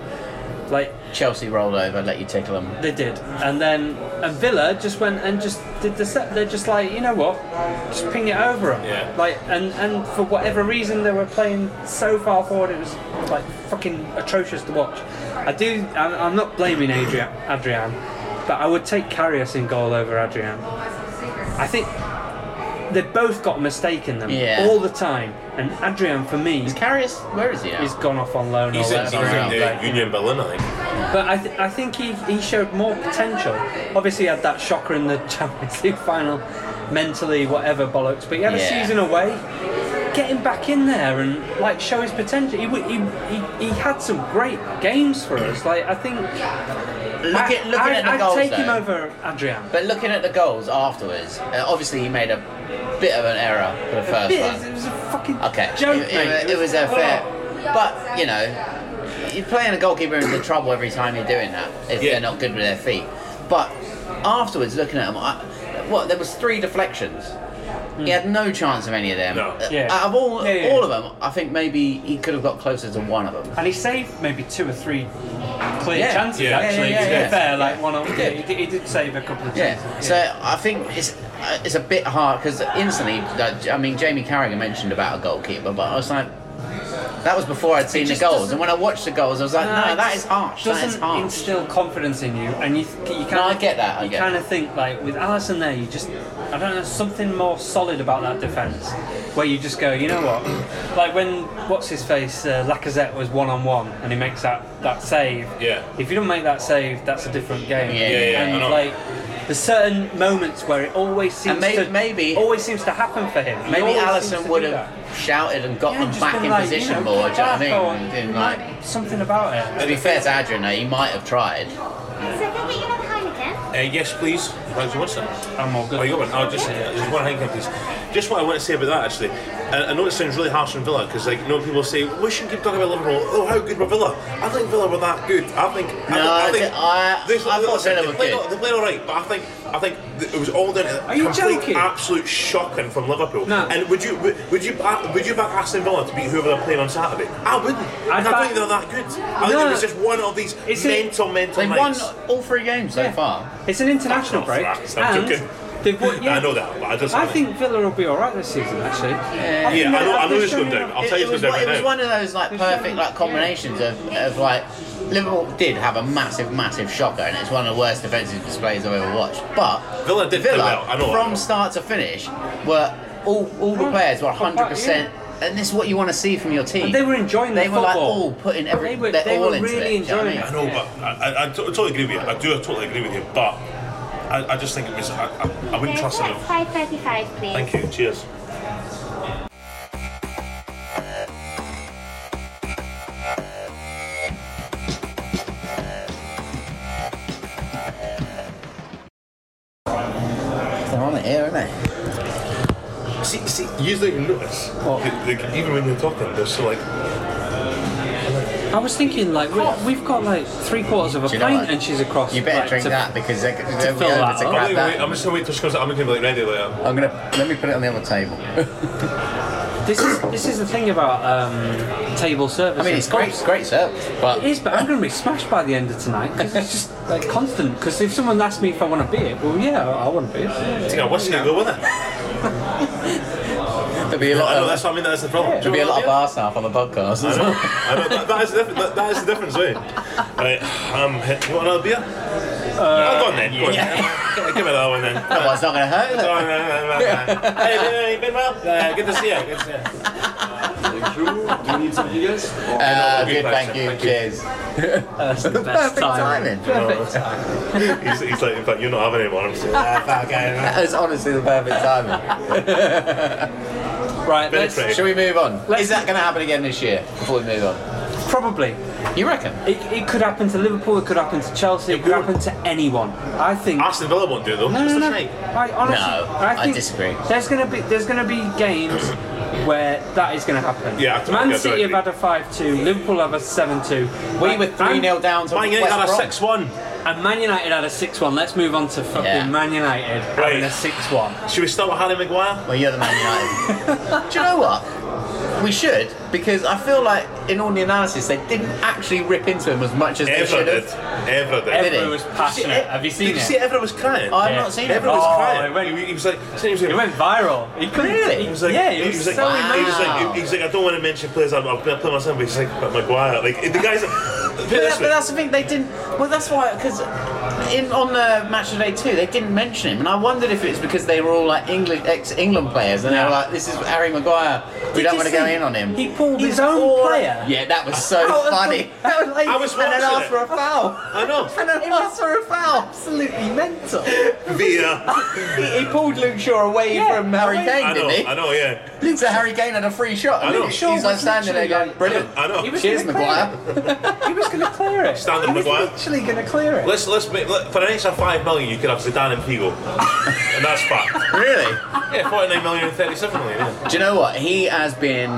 Speaker 1: like.
Speaker 3: Chelsea rolled over, let you tickle them.
Speaker 1: They did, and then and Villa just went and just did the set. They're just like, you know what, just ping it over them.
Speaker 2: Yeah.
Speaker 1: Like, and and for whatever reason, they were playing so far forward, it was like fucking atrocious to watch. I do. I'm, I'm not blaming Adrian, Adrian, but I would take Carrius in goal over Adrian. I think they both got a mistake in them
Speaker 3: Yeah.
Speaker 1: all the time, and Adrian for me.
Speaker 3: Is Karius, where is he now?
Speaker 1: He's gone off on loan.
Speaker 2: He's
Speaker 1: or whatever.
Speaker 2: in, he's
Speaker 3: Sorry,
Speaker 2: in
Speaker 3: I'm
Speaker 2: the
Speaker 1: Like,
Speaker 2: Union Berlin, I think.
Speaker 1: but I, th- I think he, he showed more potential. Obviously, he had that shocker in the [LAUGHS] Champions League final, mentally, whatever bollocks. But he had a
Speaker 3: Yeah.
Speaker 1: season away. Get him back in there and like show his potential. He, w- he, he, he had some great games for us. Like I think
Speaker 3: Look
Speaker 1: I,
Speaker 3: at, looking
Speaker 1: I,
Speaker 3: at the
Speaker 1: I'd
Speaker 3: goals,
Speaker 1: take him
Speaker 3: though.
Speaker 1: over Adrian.
Speaker 3: But looking at the goals afterwards, uh, obviously he made a bit of an error for the first
Speaker 1: It was, it
Speaker 3: one.
Speaker 1: was a fucking
Speaker 3: Okay,
Speaker 1: joke.
Speaker 3: it, it-
Speaker 1: mate.
Speaker 3: it was a fair,
Speaker 1: Oh.
Speaker 3: but you know, you're playing a goalkeeper into trouble every time you're doing that if
Speaker 2: Yeah.
Speaker 3: they're not good with their feet. But afterwards, looking at him, I, what there was three deflections. He had no chance of any of them.
Speaker 2: No.
Speaker 3: Uh,
Speaker 1: Yeah.
Speaker 3: Out of all,
Speaker 1: Yeah, yeah,
Speaker 3: all
Speaker 1: yeah.
Speaker 3: of them, I think maybe he could have got closer to one of them.
Speaker 1: And he saved maybe two or three clear
Speaker 3: Yeah.
Speaker 1: chances
Speaker 2: Yeah.
Speaker 1: actually.
Speaker 3: Yeah, yeah,
Speaker 1: to be
Speaker 3: yeah, yeah.
Speaker 1: fair, like one or
Speaker 3: He
Speaker 1: yeah,
Speaker 3: did.
Speaker 1: he, did, he did save a couple of
Speaker 3: Yeah.
Speaker 1: chances.
Speaker 3: So I think it's uh, it's a bit hard because instantly, like, I mean, Jamie Carragher mentioned about a goalkeeper, but I was like, that was before I'd seen the
Speaker 1: just
Speaker 3: goals,
Speaker 1: doesn't-
Speaker 3: and when I watched the goals, I was like, no,
Speaker 1: it
Speaker 3: that
Speaker 1: just
Speaker 3: is harsh. That
Speaker 1: Doesn't
Speaker 3: is harsh.
Speaker 1: instill confidence in you, and you th- you kind
Speaker 3: I get that, I
Speaker 1: you
Speaker 3: get
Speaker 1: kind of think like with Allison there, you just I don't know something more solid about that defense, where you just go, you know what, [COUGHS] like when what's his face uh, Lacazette was one on one and he makes that that save.
Speaker 2: Yeah.
Speaker 1: If you don't make that save, that's a different game.
Speaker 3: Yeah, yeah,
Speaker 2: yeah, I
Speaker 1: And
Speaker 2: know.
Speaker 1: like. There's certain moments where it always seems
Speaker 3: And may-
Speaker 1: to
Speaker 3: maybe-
Speaker 1: always seems to happen for him. He always
Speaker 3: Maybe
Speaker 1: seems
Speaker 3: Allison
Speaker 1: to
Speaker 3: would
Speaker 1: do
Speaker 3: have
Speaker 1: that.
Speaker 3: shouted and got
Speaker 1: Yeah,
Speaker 3: them
Speaker 1: just
Speaker 3: back
Speaker 1: been
Speaker 3: in
Speaker 1: like,
Speaker 3: position
Speaker 1: you know,
Speaker 3: more. Do
Speaker 1: get
Speaker 3: you know what I
Speaker 1: back
Speaker 3: mean?
Speaker 1: or
Speaker 3: And didn't,
Speaker 1: like,
Speaker 3: like,
Speaker 1: something about it.
Speaker 3: to be fair to Adrian, though, he might have tried.
Speaker 4: So go get your other Heineken.
Speaker 2: Uh, yes, please. Thanks, what's that?
Speaker 1: I'm all good.
Speaker 2: Oh, you got one. Oh, just, yeah, just one handgun, please. Just what I want to say about that, actually. I, I know it sounds really harsh on Villa because, like, you know, people say we shouldn't keep talking about Liverpool. Oh, how good were Villa? I think Villa were that good. I think.
Speaker 3: No,
Speaker 2: I,
Speaker 3: I
Speaker 2: think,
Speaker 3: thi- I-
Speaker 2: they,
Speaker 3: I thought Villa
Speaker 2: they
Speaker 3: were
Speaker 2: played
Speaker 3: good.
Speaker 2: all- They played all right, but I think I think th- it was all down to
Speaker 1: Are you
Speaker 2: complete,
Speaker 1: joking?
Speaker 2: absolute shocking from Liverpool.
Speaker 1: No.
Speaker 2: And would you would, would you back, would you back Aston Villa to beat whoever they're playing on Saturday? I wouldn't. I,
Speaker 1: I'd
Speaker 2: don't
Speaker 1: back-
Speaker 2: think they're that good. I
Speaker 1: No.
Speaker 2: think it was just one of these
Speaker 1: It's a-
Speaker 2: mental, mental
Speaker 3: They won
Speaker 2: nights.
Speaker 3: all three games so
Speaker 1: Yeah.
Speaker 3: far. Oh,
Speaker 1: It's an international break.
Speaker 2: That's not
Speaker 1: and
Speaker 2: fair. I'm
Speaker 1: they've
Speaker 3: [LAUGHS]
Speaker 1: won, yeah,
Speaker 2: I know that, but I just
Speaker 1: I think Villa will be all right this season, actually.
Speaker 3: Yeah.
Speaker 2: Yeah, I know- I know
Speaker 1: they've
Speaker 2: it's
Speaker 1: shown
Speaker 2: gone down.
Speaker 1: enough-
Speaker 2: I'll
Speaker 3: It,
Speaker 2: tell you
Speaker 3: it
Speaker 2: this
Speaker 3: was,
Speaker 2: right
Speaker 3: one- it was
Speaker 2: now.
Speaker 3: one of those like
Speaker 1: They've shown
Speaker 3: perfect
Speaker 1: it,
Speaker 3: like combinations of, of like Liverpool did have a massive, massive shocker, and it's one of the worst defensive displays I've ever watched. But
Speaker 2: Villa did play well, I know that.
Speaker 3: from start to finish, were all all the players were hundred percent, and this is what you want to see from your team.
Speaker 1: And they were enjoying
Speaker 3: They
Speaker 1: the
Speaker 3: were like
Speaker 1: football.
Speaker 3: all putting every,
Speaker 1: They were-
Speaker 3: they're
Speaker 1: they
Speaker 3: all
Speaker 1: were
Speaker 3: into
Speaker 1: really
Speaker 3: it. do you know what I
Speaker 1: enjoying
Speaker 3: mean?
Speaker 2: I know,
Speaker 1: Yeah.
Speaker 2: but I, I, I to- totally agree with you. I do totally agree with you, but I, I just think it was I, I, I wouldn't
Speaker 4: There's
Speaker 2: trust
Speaker 4: what's
Speaker 2: enough.
Speaker 4: 535, please.
Speaker 2: Thank you. Cheers.
Speaker 3: They're on it here, aren't they?
Speaker 2: See, see, you don't even notice. Like, even when you're talking, they're so like,
Speaker 1: I was thinking, like, we- we've got like three quarters of a
Speaker 3: Do you know
Speaker 1: pint
Speaker 3: what?
Speaker 1: and she's across.
Speaker 3: You better
Speaker 1: like,
Speaker 3: drink
Speaker 1: to-
Speaker 3: that because they're, they're
Speaker 1: fill that
Speaker 3: going
Speaker 1: up.
Speaker 2: I'm,
Speaker 3: to grab
Speaker 2: gonna wait,
Speaker 3: that.
Speaker 2: I'm just gonna wait till she comes. I'm gonna be like ready later.
Speaker 3: I'm gonna let me put it on the other table.
Speaker 1: This is this is the thing about um, table service.
Speaker 3: I mean,
Speaker 1: in
Speaker 3: it's great,
Speaker 1: pubs.
Speaker 3: it's great service, but
Speaker 1: It is, but I'm going to be smashed by the end of tonight 'cause it's just like constant. Because if someone asks me if I want a beer, well, yeah, I I want
Speaker 3: [LAUGHS]
Speaker 1: a beer.
Speaker 2: You know, what's gonna go with it? I
Speaker 3: there'll be a lot
Speaker 2: know
Speaker 3: of
Speaker 2: that's what I mean. That's the problem.
Speaker 3: there'll be a lot of bar staff on the podcast as [LAUGHS]
Speaker 2: I
Speaker 3: well.
Speaker 2: know, that, that is the difference. That, that is the difference, way. Right, um, you want another beer? Uh, go on then. Go on. Give me that one then.
Speaker 3: Well, it's not going to hurt. is
Speaker 2: Hey,
Speaker 3: it? [LAUGHS]
Speaker 2: hey, hey, been well? Uh, good to see you. Good to see you.
Speaker 5: Do you need some eagles?
Speaker 3: Uh,
Speaker 2: good
Speaker 3: good,
Speaker 2: question,
Speaker 3: thank you.
Speaker 2: thank you.
Speaker 3: Cheers.
Speaker 1: That's the best
Speaker 3: Perfect
Speaker 1: time.
Speaker 3: timing.
Speaker 1: Perfect timing.
Speaker 2: he's, he's like, in fact, you're not having any more. I'm just like,
Speaker 3: That was honestly the perfect timing.
Speaker 1: Right,
Speaker 2: Very
Speaker 1: let's,
Speaker 2: pretty.
Speaker 3: Shall we move on?
Speaker 1: Let's-
Speaker 3: Is that going to happen again this year? Before we move on,
Speaker 1: Probably.
Speaker 3: You reckon?
Speaker 1: It, it could happen to Liverpool, it could happen to Chelsea, it,
Speaker 2: It
Speaker 1: could
Speaker 2: would.
Speaker 1: happen to anyone. I think.
Speaker 2: Aston Villa won't do it, though.
Speaker 1: no,
Speaker 2: It's
Speaker 1: no,
Speaker 2: the
Speaker 1: no.
Speaker 2: shite.
Speaker 1: I honestly,
Speaker 3: No,
Speaker 1: I
Speaker 3: I
Speaker 1: think
Speaker 3: disagree.
Speaker 1: There's gonna be there's gonna be
Speaker 2: [CLEARS THROAT]
Speaker 1: games where that is gonna happen.
Speaker 2: Yeah, I totally- I
Speaker 1: Man
Speaker 2: totally
Speaker 1: City have
Speaker 2: agree.
Speaker 1: had a five-two, Liverpool have a seven-two.
Speaker 3: We were 3 0 down to
Speaker 2: Man
Speaker 3: West
Speaker 2: United had a
Speaker 3: Brom.
Speaker 2: 6 1.
Speaker 1: And Man United had a six-one. Let's move on to fucking
Speaker 3: Yeah.
Speaker 1: Man United having
Speaker 2: Right.
Speaker 1: a six-one.
Speaker 2: Should we start with Harry Maguire?
Speaker 3: Well, you're the Man United. Do you know what? We should because I feel like in all the analysis they didn't actually rip into him as much as they
Speaker 2: Ever
Speaker 3: should
Speaker 2: did.
Speaker 3: have.
Speaker 2: Ever did.
Speaker 3: Ever-
Speaker 1: Everyone was passionate. Have you seen
Speaker 2: Did you
Speaker 1: it?
Speaker 2: see Ever was crying?
Speaker 3: I've
Speaker 1: Yeah.
Speaker 3: not seen
Speaker 2: Ever
Speaker 3: him.
Speaker 2: was
Speaker 1: Oh,
Speaker 2: crying.
Speaker 1: it went-
Speaker 2: he, he was like, he was like,
Speaker 1: It went viral. He couldn't.
Speaker 3: Really?
Speaker 1: He
Speaker 2: He was like,
Speaker 1: yeah,
Speaker 2: he
Speaker 1: it was,
Speaker 2: like,
Speaker 1: so
Speaker 2: he was
Speaker 1: emotional.
Speaker 2: like, he was like, I don't want to mention players. I'm, I'm going to play myself. But he's like, but Maguire, like the guys. put
Speaker 3: But,
Speaker 2: it
Speaker 3: that,
Speaker 2: this
Speaker 3: but
Speaker 2: way.
Speaker 3: that's the thing they didn't. Well, that's why because in on the match of day two they didn't mention him, and I wondered if it was because they were all like England ex-England players, and they
Speaker 1: Yeah.
Speaker 3: were like, "This is Harry Maguire. We
Speaker 1: Did
Speaker 3: don't
Speaker 1: you
Speaker 3: want to go
Speaker 1: see?
Speaker 3: in on him."
Speaker 1: He pulled
Speaker 3: He's
Speaker 1: his own
Speaker 3: all-
Speaker 1: player.
Speaker 3: Yeah, that was so
Speaker 1: Out of the-
Speaker 3: funny.
Speaker 1: [LAUGHS] out of-
Speaker 2: I was
Speaker 3: and then
Speaker 2: watching
Speaker 3: asked
Speaker 2: it.
Speaker 3: for a foul.
Speaker 1: [LAUGHS]
Speaker 2: I know.
Speaker 3: And then asked for a foul. Absolutely mental.
Speaker 2: Via.
Speaker 3: He, he pulled Luke Shaw away
Speaker 1: Yeah,
Speaker 3: from Harry
Speaker 1: I
Speaker 3: Kane,
Speaker 2: I know.
Speaker 3: didn't he?
Speaker 2: I know. Yeah.
Speaker 3: Luke Shaw, Harry Kane had a free shot.
Speaker 2: I know.
Speaker 3: And Luke Shaw he's like
Speaker 1: was
Speaker 3: standing there
Speaker 1: literally
Speaker 3: going,
Speaker 1: like-
Speaker 3: brilliant.
Speaker 2: I know.
Speaker 1: He was
Speaker 3: Cheers,
Speaker 1: gonna clear
Speaker 3: Maguire.
Speaker 1: it. He was going to clear it.
Speaker 2: Stand up,
Speaker 1: he was
Speaker 2: Maguire.
Speaker 1: literally going to clear it.
Speaker 2: Let's let's make let, for an extra five million, you could have Zidane and Figo, and that's fact.
Speaker 3: Really?
Speaker 2: Yeah, forty-nine million and thirty-seven million. Yeah.
Speaker 3: Do you know what? He has been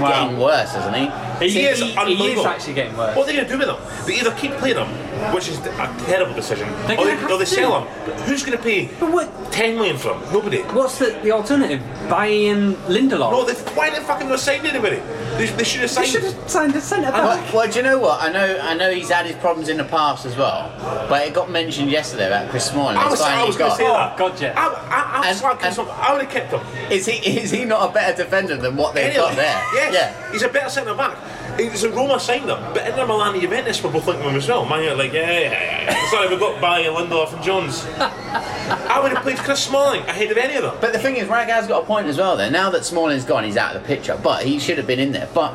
Speaker 1: Wow.
Speaker 3: getting worse, hasn't he?
Speaker 1: He,
Speaker 2: See,
Speaker 1: is,
Speaker 2: is
Speaker 1: he, is
Speaker 2: unbelievable.
Speaker 1: actually getting worse.
Speaker 2: What are they going to do with them? They either keep playing them, which is a terrible decision,
Speaker 1: They're
Speaker 2: or
Speaker 1: gonna
Speaker 2: they,
Speaker 1: have
Speaker 2: or they
Speaker 1: to.
Speaker 2: sell them. But who's going to pay
Speaker 1: But what,
Speaker 2: ten million for them? Nobody.
Speaker 1: what's the, the alternative? Buying Lindelof?
Speaker 2: No, they, why did they fucking not sign anybody? They, they should have
Speaker 1: they
Speaker 2: signed.
Speaker 1: should have signed a centre
Speaker 3: Well,
Speaker 1: back.
Speaker 3: well, do you know what? I know, I know he's had his problems in the past as well, but it got mentioned yesterday about Chris Smalling.
Speaker 2: I
Speaker 3: the
Speaker 2: was,
Speaker 3: sign
Speaker 2: I
Speaker 3: he
Speaker 2: was going to
Speaker 3: got.
Speaker 2: say that.
Speaker 1: God, yeah.
Speaker 2: I, I, I,
Speaker 3: And-
Speaker 2: was like,
Speaker 3: and-
Speaker 2: I would have kept him.
Speaker 3: Is he is he not a better defender than what they've
Speaker 2: Anyway,
Speaker 3: got there?
Speaker 2: yes,
Speaker 3: Yeah.
Speaker 2: he's a better centre back. It's a Roma signed him, but Inter Milan and Juventus were both thinking of him as well. Man, United like, yeah, yeah, yeah, yeah. Sorry, we've got Barry and Lindelof and
Speaker 3: [LAUGHS]
Speaker 2: Jones. I would have played Chris Smalling ahead of any of them.
Speaker 3: But the thing is, Ragav's got a point as well. There now that Smalling's gone, he's out of the picture. But he should have been in there. But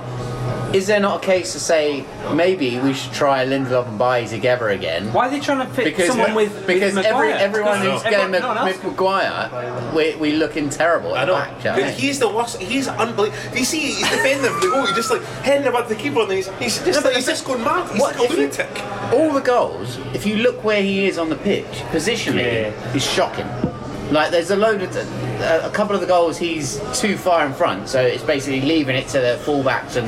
Speaker 3: is there not a case to say maybe we should try Lindelof and Bailly together again?
Speaker 1: Why are they trying to pick
Speaker 3: Because e- uh,
Speaker 1: someone with with
Speaker 3: because every,
Speaker 1: Maguire?
Speaker 3: everyone
Speaker 2: No,
Speaker 3: who's
Speaker 1: no.
Speaker 3: going
Speaker 1: Everyone- no one
Speaker 3: with,
Speaker 1: else.
Speaker 3: with Maguire, we we looking terrible
Speaker 2: I
Speaker 3: at the
Speaker 2: know.
Speaker 3: back. do you know what I
Speaker 2: Dude,
Speaker 3: mean?
Speaker 2: he's the worst. He's unbelievable. You see, he's defending the goal. He's just like heading about the keeper, and he's, he's just
Speaker 3: No, but
Speaker 2: like, he's
Speaker 3: if it-
Speaker 2: just going mad. He's
Speaker 3: What
Speaker 2: like a
Speaker 3: if you-
Speaker 2: lunatic.
Speaker 3: all the goals, if you look where he is on the pitch, positionally
Speaker 1: Yeah.
Speaker 3: is shocking. Like there's a load of uh, a couple of the goals he's too far in front, so it's basically leaving it to the fullbacks and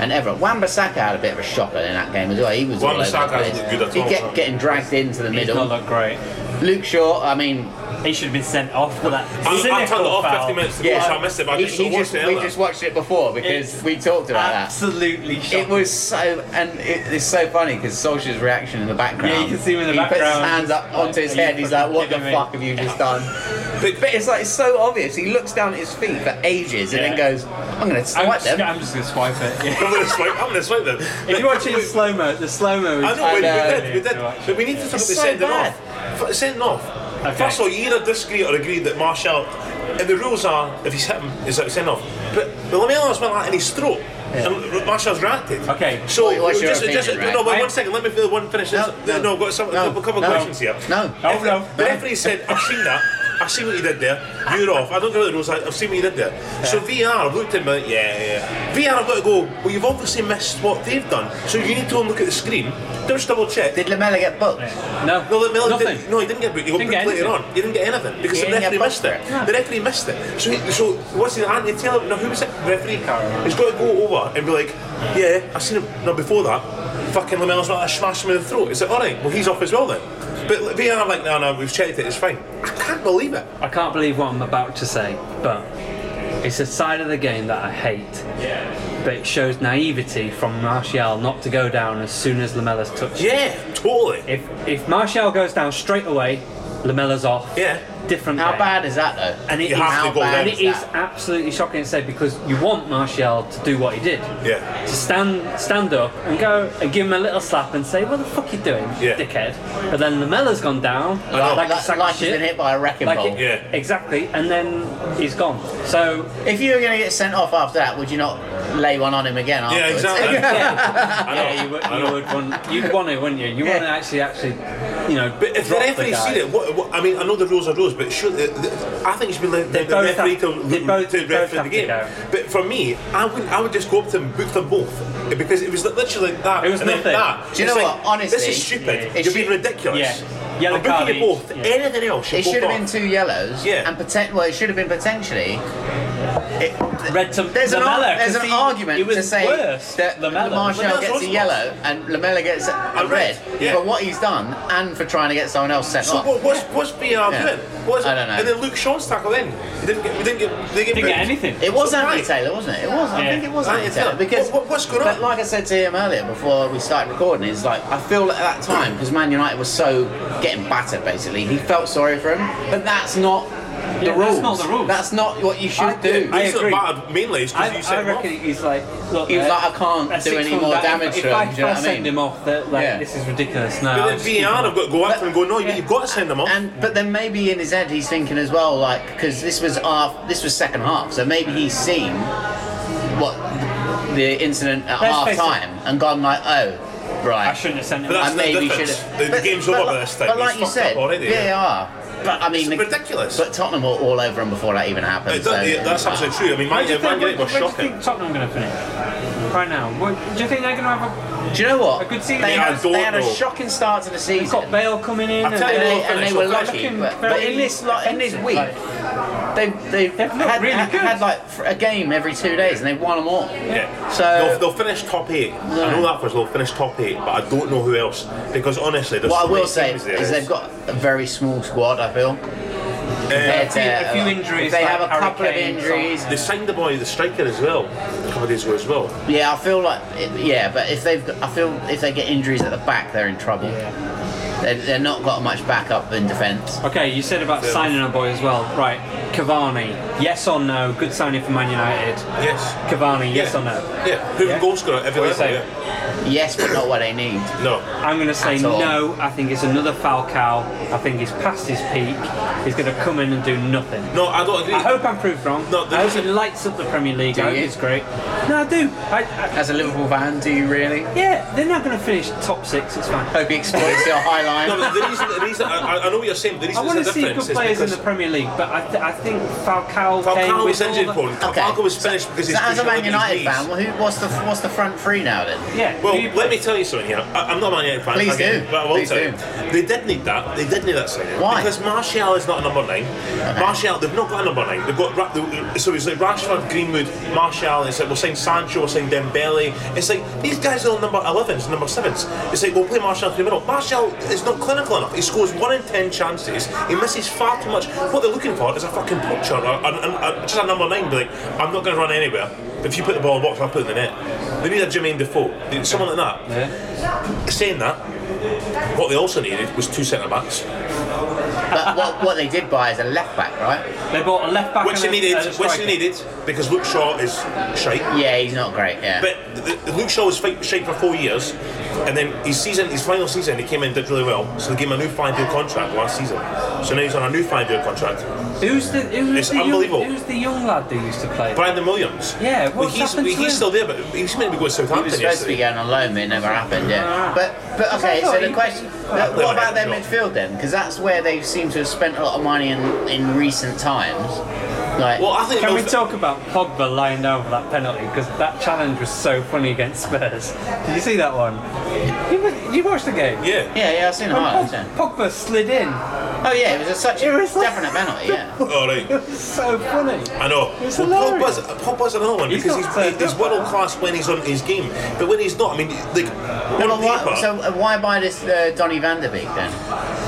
Speaker 3: and Everett. Wan-Bissaka had a bit of a shocker in that game as well. He was all over the
Speaker 2: Wan-Bissaka
Speaker 3: place.
Speaker 2: isn't good at
Speaker 3: He
Speaker 2: all,
Speaker 3: get,
Speaker 2: so.
Speaker 3: getting dragged into the
Speaker 1: He's not
Speaker 3: middle.
Speaker 1: looked great.
Speaker 3: Luke Shaw, I mean,
Speaker 1: He should have been sent off for that
Speaker 2: I, I turned
Speaker 1: cynical
Speaker 2: it off
Speaker 1: foul.
Speaker 2: 50 minutes ago,
Speaker 3: yeah,
Speaker 2: so I missed it, but I
Speaker 3: he-
Speaker 2: just
Speaker 3: he
Speaker 2: watched
Speaker 3: just-
Speaker 2: it.
Speaker 3: we
Speaker 2: earlier.
Speaker 3: just watched it before because
Speaker 1: It's
Speaker 3: we talked about that.
Speaker 1: Absolutely
Speaker 3: It
Speaker 1: shocking.
Speaker 3: was so, and it, it's so funny because Solskjaer's reaction in the background.
Speaker 1: Yeah, you can see him in the
Speaker 3: he puts
Speaker 1: background,
Speaker 3: his hands up
Speaker 1: just
Speaker 3: onto
Speaker 1: like,
Speaker 3: his
Speaker 1: "Are you
Speaker 3: head. He's like,
Speaker 1: fucking
Speaker 3: "What the
Speaker 1: kidding me?"
Speaker 3: fuck have you just done?" But, but it's like it's so obvious. He looks down at his feet for ages and
Speaker 1: Yeah.
Speaker 3: then goes, "I'm gonna
Speaker 1: I'm
Speaker 3: swipe
Speaker 1: just,
Speaker 3: them."
Speaker 1: I'm just gonna swipe it. yeah.
Speaker 2: I'm going to swipe. I'm going to swipe them.
Speaker 1: [LAUGHS] if you watch it in slow mo, the slow mo is.
Speaker 2: I know, we,
Speaker 3: I know.
Speaker 2: we did, we did. But we need to talk about
Speaker 3: It's
Speaker 2: the
Speaker 3: so
Speaker 2: sending
Speaker 3: bad.
Speaker 2: off. F- sending off.
Speaker 1: Okay.
Speaker 2: First of all, you either disagree or agree that Marshall, and the rules are if he's hit him, it's out send off. But the Lamella's went like in his throat. And Marshall's reacted.
Speaker 1: Okay.
Speaker 2: So
Speaker 3: What- what's
Speaker 2: we
Speaker 3: your
Speaker 2: just, just-
Speaker 3: opinion,
Speaker 2: no,
Speaker 3: right?
Speaker 2: wait,
Speaker 1: I-
Speaker 2: one second. Let me feel one finish.
Speaker 3: No,
Speaker 2: this.
Speaker 3: no,
Speaker 2: No, I've got some,
Speaker 3: no,
Speaker 2: a couple
Speaker 3: no,
Speaker 2: of questions here.
Speaker 3: no.
Speaker 1: Oh,
Speaker 2: If-
Speaker 1: no,
Speaker 2: The
Speaker 1: no.
Speaker 2: referee said, "I've seen that. I've seen what you did there. You're off. I don't care what the rules. are. I've seen what you did there." So VR looked at me like, "Yeah, yeah." VR have got to go. Well, you've obviously missed what they've done. So you need to go and look at the screen. Just double check.
Speaker 3: Did Lamella get booked?
Speaker 1: No,
Speaker 2: No, look, Miller
Speaker 1: nothing.
Speaker 2: Didn't, no, he didn't get booked. He got
Speaker 1: Didn't get
Speaker 2: booked later
Speaker 1: anything.
Speaker 2: on. He didn't get anything because
Speaker 3: He
Speaker 2: the
Speaker 3: didn't
Speaker 2: referee
Speaker 3: get
Speaker 2: missed it.
Speaker 3: booked.
Speaker 1: No.
Speaker 2: The referee missed it. So, he, so what's the Andy tell him? No, who was it? The referee. He's got to go over and be like, yeah, I seen him. No, before that, fucking Lamella's not. I smashed him in the throat. It's like, all right, well he's off as well then. But VR like, no, no, we've checked it. It's fine. I can't believe it.
Speaker 1: I can't believe what I'm about to say, but it's a side of the game that I hate. But it shows naivety from Martial not to go down as soon as Lamella's touched.
Speaker 2: Yeah, totally.
Speaker 1: If if Martial goes down straight away, Lamella's off.
Speaker 2: Yeah.
Speaker 1: Different.
Speaker 3: How
Speaker 1: game.
Speaker 3: bad is that though?
Speaker 1: And it
Speaker 2: You
Speaker 1: is-
Speaker 2: have to
Speaker 3: how
Speaker 2: go
Speaker 3: bad
Speaker 1: And
Speaker 2: down.
Speaker 1: it is absolutely shocking to say because you want Martial to do what he did.
Speaker 2: Yeah.
Speaker 1: To stand stand up and go and give him a little slap and say, "What the fuck you doing,
Speaker 2: Yeah.
Speaker 1: dickhead?" But then Lamella's gone down
Speaker 2: know.
Speaker 1: like, a
Speaker 3: Like,
Speaker 1: sack
Speaker 3: like,
Speaker 1: of
Speaker 3: he's been
Speaker 1: shit.
Speaker 3: hit by a wrecking
Speaker 1: Like
Speaker 3: ball.
Speaker 1: it-
Speaker 2: Yeah.
Speaker 1: exactly, and then he's gone.
Speaker 2: [LAUGHS]
Speaker 1: So
Speaker 3: If you were going to get sent off after that, would you not lay one on him again
Speaker 2: Yeah,
Speaker 1: [LAUGHS]
Speaker 3: afterwards?
Speaker 2: exactly. I know.
Speaker 1: yeah, you would,
Speaker 2: I
Speaker 1: you
Speaker 2: know.
Speaker 1: would want, you'd want to, wouldn't you? You
Speaker 3: Yeah.
Speaker 1: want to actually actually you know,
Speaker 2: But if the
Speaker 1: drop
Speaker 2: referee
Speaker 1: guy.
Speaker 2: seen it, what, what, I mean, I know the rules are rules, but sure, the, the, I think it should be left
Speaker 1: They
Speaker 2: down to
Speaker 1: both
Speaker 2: the referee
Speaker 1: have-
Speaker 2: to,
Speaker 1: they both-
Speaker 2: to
Speaker 1: both
Speaker 2: referee
Speaker 1: have
Speaker 2: the
Speaker 1: to
Speaker 2: game.
Speaker 1: go.
Speaker 2: But for me, I wouldn't. I would just go up to them, book them both, because it was li- literally like that.
Speaker 1: It was
Speaker 2: and
Speaker 1: nothing.
Speaker 2: Then that.
Speaker 3: Do you
Speaker 2: It's
Speaker 3: know
Speaker 2: like,
Speaker 3: what? Honestly,
Speaker 2: this is stupid.
Speaker 1: yeah.
Speaker 2: You're being ridiculous.
Speaker 1: Yeah. Yellow
Speaker 2: I'm booking
Speaker 1: card
Speaker 2: you both.
Speaker 1: each, yeah.
Speaker 2: Anything else?
Speaker 3: It
Speaker 2: you're
Speaker 3: should have
Speaker 2: both
Speaker 3: been
Speaker 2: off.
Speaker 3: two yellows.
Speaker 2: Yeah.
Speaker 3: And poten- well, it should have been potentially. It, th-
Speaker 1: Red to
Speaker 3: there's an,
Speaker 1: Lamella,
Speaker 3: ar- there's
Speaker 1: 'cause
Speaker 3: an
Speaker 1: he-
Speaker 3: argument
Speaker 1: it was
Speaker 3: to say
Speaker 1: worse,
Speaker 3: that
Speaker 1: Lamella.
Speaker 3: Martial
Speaker 2: Lamella's
Speaker 3: gets a
Speaker 2: also-
Speaker 3: yellow and Lamella gets a, a red,
Speaker 2: red, yeah.
Speaker 3: for what he's done and for trying to get someone else sent
Speaker 2: So
Speaker 3: off.
Speaker 2: what, what's what's VR
Speaker 3: Yeah.
Speaker 2: doing? What's,
Speaker 3: I don't know.
Speaker 2: And then Luke Shaw's tackle then He didn't get, he didn't get, they
Speaker 1: Didn't get anything.
Speaker 3: It was
Speaker 2: So
Speaker 3: Anthony
Speaker 2: right.
Speaker 3: Taylor, wasn't it? It was. I
Speaker 1: Yeah.
Speaker 3: think it was
Speaker 2: Right,
Speaker 3: Anthony
Speaker 2: it's
Speaker 3: Taylor.
Speaker 2: not.
Speaker 3: Because
Speaker 2: What- what- what's going
Speaker 3: But
Speaker 2: on?
Speaker 3: like I said to him earlier before we started recording, is like I feel at that time because Man United was so getting battered. Basically, he felt sorry for him, but that's not the
Speaker 1: Yeah,
Speaker 3: rules.
Speaker 1: that's not the rules.
Speaker 3: That's not what you should
Speaker 1: I-
Speaker 3: do.
Speaker 1: I
Speaker 2: He's
Speaker 1: agree.
Speaker 2: not bad mainly it's because
Speaker 1: I,
Speaker 2: you said
Speaker 1: I reckon he's like, look,
Speaker 3: He was
Speaker 1: mate,
Speaker 3: like, I can't
Speaker 1: that's
Speaker 3: do
Speaker 1: six
Speaker 3: any
Speaker 1: from
Speaker 3: more
Speaker 1: that.
Speaker 3: damage
Speaker 1: if,
Speaker 3: to
Speaker 1: if I,
Speaker 3: him, do
Speaker 1: if
Speaker 3: you know
Speaker 1: I
Speaker 3: what I
Speaker 1: send
Speaker 3: mean?
Speaker 1: him off, that like
Speaker 3: Yeah.
Speaker 1: this is ridiculous. No,
Speaker 2: But
Speaker 1: I'll
Speaker 2: then
Speaker 1: just keep him
Speaker 2: VR
Speaker 1: on.
Speaker 2: have got to go up
Speaker 3: But-
Speaker 2: and go, no, you-
Speaker 1: yeah.
Speaker 2: you've got to send them off.
Speaker 3: And but then maybe in his head he's thinking as well, like because this was our this was second half, so maybe he's seen what the incident at
Speaker 1: Let's
Speaker 3: half
Speaker 1: face it.
Speaker 3: time and gone like, oh, right.
Speaker 1: I shouldn't have sent him.
Speaker 2: But
Speaker 1: off.
Speaker 2: that's-
Speaker 3: I
Speaker 2: the
Speaker 3: maybe should
Speaker 2: difference.
Speaker 3: have.
Speaker 2: The- the game's over
Speaker 3: but,
Speaker 2: by this time.
Speaker 3: But
Speaker 2: He's
Speaker 3: like you
Speaker 2: fucked up
Speaker 3: said,
Speaker 2: already,
Speaker 3: VAR. But I
Speaker 2: It's
Speaker 3: mean, the-
Speaker 2: ridiculous.
Speaker 3: But Tottenham were all over him before that even happened.
Speaker 2: It
Speaker 3: so,
Speaker 2: does- yeah, that's absolutely true. I mean,
Speaker 1: Where
Speaker 2: Man
Speaker 1: do you
Speaker 2: Man
Speaker 1: think-
Speaker 2: United was
Speaker 1: where do you
Speaker 2: shocking.
Speaker 1: think Tottenham going to finish right now? What, do you think they're going to have a?
Speaker 3: Do you know what?
Speaker 1: A good season.
Speaker 3: They,
Speaker 1: Yeah, I
Speaker 3: had, they
Speaker 2: don't
Speaker 3: had a
Speaker 2: know.
Speaker 3: shocking start to the
Speaker 1: He's
Speaker 3: season.
Speaker 1: got Bale coming in.
Speaker 2: I'll
Speaker 1: and-
Speaker 2: tell you
Speaker 3: and
Speaker 2: what,
Speaker 3: they, and they were
Speaker 2: They're
Speaker 3: lucky,
Speaker 1: looking
Speaker 3: but, but
Speaker 1: very
Speaker 3: in this like, in this
Speaker 1: offensive,
Speaker 3: week,
Speaker 1: like-
Speaker 3: they they
Speaker 1: They've looked
Speaker 3: had,
Speaker 1: really
Speaker 3: had,
Speaker 1: good.
Speaker 3: had like fr- a game every two days, and they've won them all.
Speaker 2: Yeah.
Speaker 3: So-
Speaker 2: they'll, they'll finish top eight.
Speaker 3: No.
Speaker 2: I know that first. They'll finish top eight, but I don't know who else because honestly, there's
Speaker 3: What I
Speaker 2: so
Speaker 3: will
Speaker 2: many
Speaker 3: say
Speaker 2: teams there.
Speaker 3: is they've got a very small squad. I feel. compared
Speaker 1: a
Speaker 3: to-
Speaker 1: few- a few
Speaker 3: like,
Speaker 1: injuries,
Speaker 3: If they
Speaker 1: like
Speaker 3: have a couple of
Speaker 1: Harry Kane,
Speaker 3: injuries.
Speaker 2: They signed the boy, the striker, as well a couple of days ago as well.
Speaker 3: Yeah, I feel like it, yeah, but if they've got, I feel if they get injuries at the back, they're in trouble. They're, they're not got much backup in defence.
Speaker 1: Okay, you said about signing a boy as well, right? Cavani, yes or no? Good signing for Man United.
Speaker 2: Yes.
Speaker 1: Cavani, yes
Speaker 2: Yeah.
Speaker 1: or no?
Speaker 2: Yeah. Who
Speaker 1: Yeah.
Speaker 2: yeah. goal scorer at every
Speaker 1: What do
Speaker 2: level?
Speaker 1: you say?
Speaker 2: yeah.
Speaker 3: Yes, but not what they need.
Speaker 2: No.
Speaker 1: I'm going to say
Speaker 3: At all.
Speaker 1: no. I think it's another Falcao. I think he's past his peak. He's going to come in and do nothing.
Speaker 2: No, I don't agree.
Speaker 1: I hope I'm proved wrong.
Speaker 2: No,
Speaker 1: I hope
Speaker 2: there's-
Speaker 1: it lights up the Premier League.
Speaker 3: Do
Speaker 1: I hope
Speaker 3: you?
Speaker 1: it's great. No, I do. I, I,
Speaker 3: As a Liverpool fan, do you really?
Speaker 1: yeah, they're not going to finish top six. It's fine.
Speaker 3: Hope he exploits [LAUGHS] your high
Speaker 2: No, but
Speaker 3: line.
Speaker 2: the reason, the reason I, I- I know what you're saying. but The
Speaker 1: I
Speaker 2: reason
Speaker 1: want to
Speaker 2: it's a
Speaker 1: see good
Speaker 2: difference is
Speaker 1: players in
Speaker 2: because
Speaker 1: the Premier League, but I, th- I think Falcao. came
Speaker 2: Falcao
Speaker 1: with
Speaker 2: was
Speaker 1: all
Speaker 2: injured,
Speaker 1: the-
Speaker 2: Paul. Falcao was finished because
Speaker 3: So
Speaker 2: he's
Speaker 3: as a
Speaker 2: pushing up
Speaker 3: Man
Speaker 2: his
Speaker 3: United
Speaker 2: knees.
Speaker 3: fan, well, who, what's the what's the front three now then?
Speaker 1: Yeah.
Speaker 2: Well,
Speaker 1: do you-
Speaker 2: let me tell you something here. I, I'm not a Man United fan.
Speaker 3: Please
Speaker 2: again,
Speaker 3: do.
Speaker 2: But I will
Speaker 3: Please
Speaker 2: tell
Speaker 3: do.
Speaker 2: you. They did need that. They did need that signing.
Speaker 3: Why?
Speaker 2: Because Martial is not a number nine. Martial, they've not got a number nine. They've got Ra- they- so it's like Rashford, Greenwood, Martial. It's like we'll sign Sancho, we'll sign Dembele. It's like these guys are all number 11s, number sevens. It's like we'll play Martial through the middle. Martial is not clinical enough. He scores one in ten chances. He misses far too much. What they're looking for is a fucking poacher, or, or, or- or just a number nine. Be like, I'm not going to run anywhere. If you put the ball in the box, I'll put it in the net. They need a Jermaine Defoe, They need someone like that.
Speaker 1: Yeah.
Speaker 2: Saying that, what they also needed was two centre backs,
Speaker 3: But what, what they did buy is a left back, right?
Speaker 1: They bought a left back.
Speaker 2: which
Speaker 1: and
Speaker 2: they
Speaker 1: a-
Speaker 2: needed,
Speaker 1: and a
Speaker 2: which
Speaker 1: striker.
Speaker 2: they needed because Luke Shaw is shite.
Speaker 3: Yeah, he's not great. Yeah.
Speaker 2: But th- th- Luke Shaw was fi- shite for four years, and then his season, his final season, he came in and did really well. So they gave him a new five-year contract last season. So now he's on a new five-year contract.
Speaker 1: Who's the who's
Speaker 2: It's
Speaker 1: the
Speaker 2: unbelievable.
Speaker 1: Young, who's the young lad who used to play?
Speaker 2: Brandon Williams.
Speaker 1: Yeah,
Speaker 2: well,
Speaker 1: what's
Speaker 2: he's,
Speaker 1: happened to him?
Speaker 2: he's still there, but he's meant to be going to
Speaker 3: He was
Speaker 2: Southampton
Speaker 3: supposed to be
Speaker 2: yesterday.
Speaker 3: going on loan, but it never happened. Yeah,
Speaker 1: Ah.
Speaker 3: but but
Speaker 1: I
Speaker 3: okay.
Speaker 1: thought
Speaker 3: So the
Speaker 1: he-
Speaker 3: question:
Speaker 2: Yeah,
Speaker 3: what
Speaker 2: no,
Speaker 3: about their
Speaker 2: no.
Speaker 3: midfield then? Because that's where they seem to have spent a lot of money in in recent times. Like,
Speaker 2: Well, I think
Speaker 1: Can we
Speaker 2: those-
Speaker 1: talk about Pogba lying down for that penalty? Because that challenge was so funny against Spurs. Did you see that one? You, wa- you watched the game?
Speaker 2: Yeah.
Speaker 3: yeah, yeah, I've seen the
Speaker 1: When
Speaker 3: highlights.
Speaker 1: Pog-
Speaker 3: yeah.
Speaker 1: Pogba slid in.
Speaker 3: Oh yeah, it was a, such a
Speaker 1: It was like- Oh,
Speaker 3: definite
Speaker 1: [LAUGHS]
Speaker 3: penalty. Yeah,
Speaker 2: All
Speaker 1: It
Speaker 2: right.
Speaker 1: was so funny.
Speaker 2: I know.
Speaker 1: It's
Speaker 2: well,
Speaker 1: hilarious.
Speaker 2: Pogba's, Pogba's another one
Speaker 1: He's
Speaker 2: because
Speaker 1: not
Speaker 2: he's,
Speaker 1: so
Speaker 2: he's,
Speaker 1: good.
Speaker 2: world class when he's on his game, but when he's not, I mean, like on
Speaker 3: Well, why,
Speaker 2: paper-
Speaker 3: so uh, why buy this uh, Donny Van Der Beek then?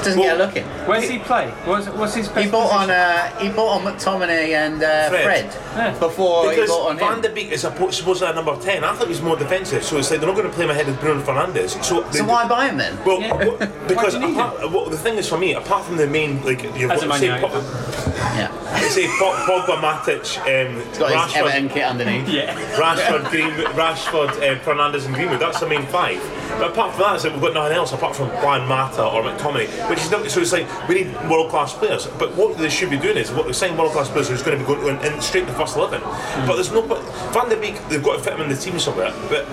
Speaker 3: Doesn't
Speaker 2: Well-
Speaker 3: get a look in.
Speaker 1: Where's he play? What's, what's his best
Speaker 3: He bought on
Speaker 1: position?
Speaker 3: uh, he bought on McTominay and uh, Fred,
Speaker 2: Fred.
Speaker 1: Yeah.
Speaker 3: before Oh, he
Speaker 2: Because
Speaker 3: bought on
Speaker 2: Van
Speaker 3: him.
Speaker 2: der Beek is suppo- supposedly a number 10. I thought he was more defensive, so it's like they're not going to play him ahead of Bruno Fernandes. So, they-
Speaker 3: so why buy him then?
Speaker 2: Well,
Speaker 1: Yeah.
Speaker 2: what-
Speaker 1: Why
Speaker 2: because
Speaker 1: do you need
Speaker 2: apart, well, the thing is for me, apart from the main, like, you've
Speaker 1: As a
Speaker 2: got
Speaker 1: Man
Speaker 2: say,
Speaker 1: United
Speaker 2: Pog-
Speaker 3: Yeah,
Speaker 2: say Pog- Pogba, Matic, um,
Speaker 3: he's got his
Speaker 2: Rashford,
Speaker 3: Everton kit underneath.
Speaker 1: Yeah.
Speaker 2: Rashford, Greenwood, Rashford, um, Fernandes, and Greenwood. That's the main five. But apart from that, it's like we've got nothing else apart from Juan Mata or McTominay, which is not, so it's like we need world class players. But what they should be doing is what they're saying world class players who's going to be going in, in straight to the first eleven. But there's no but Van de Beek. They've got to fit him in the team somewhere. But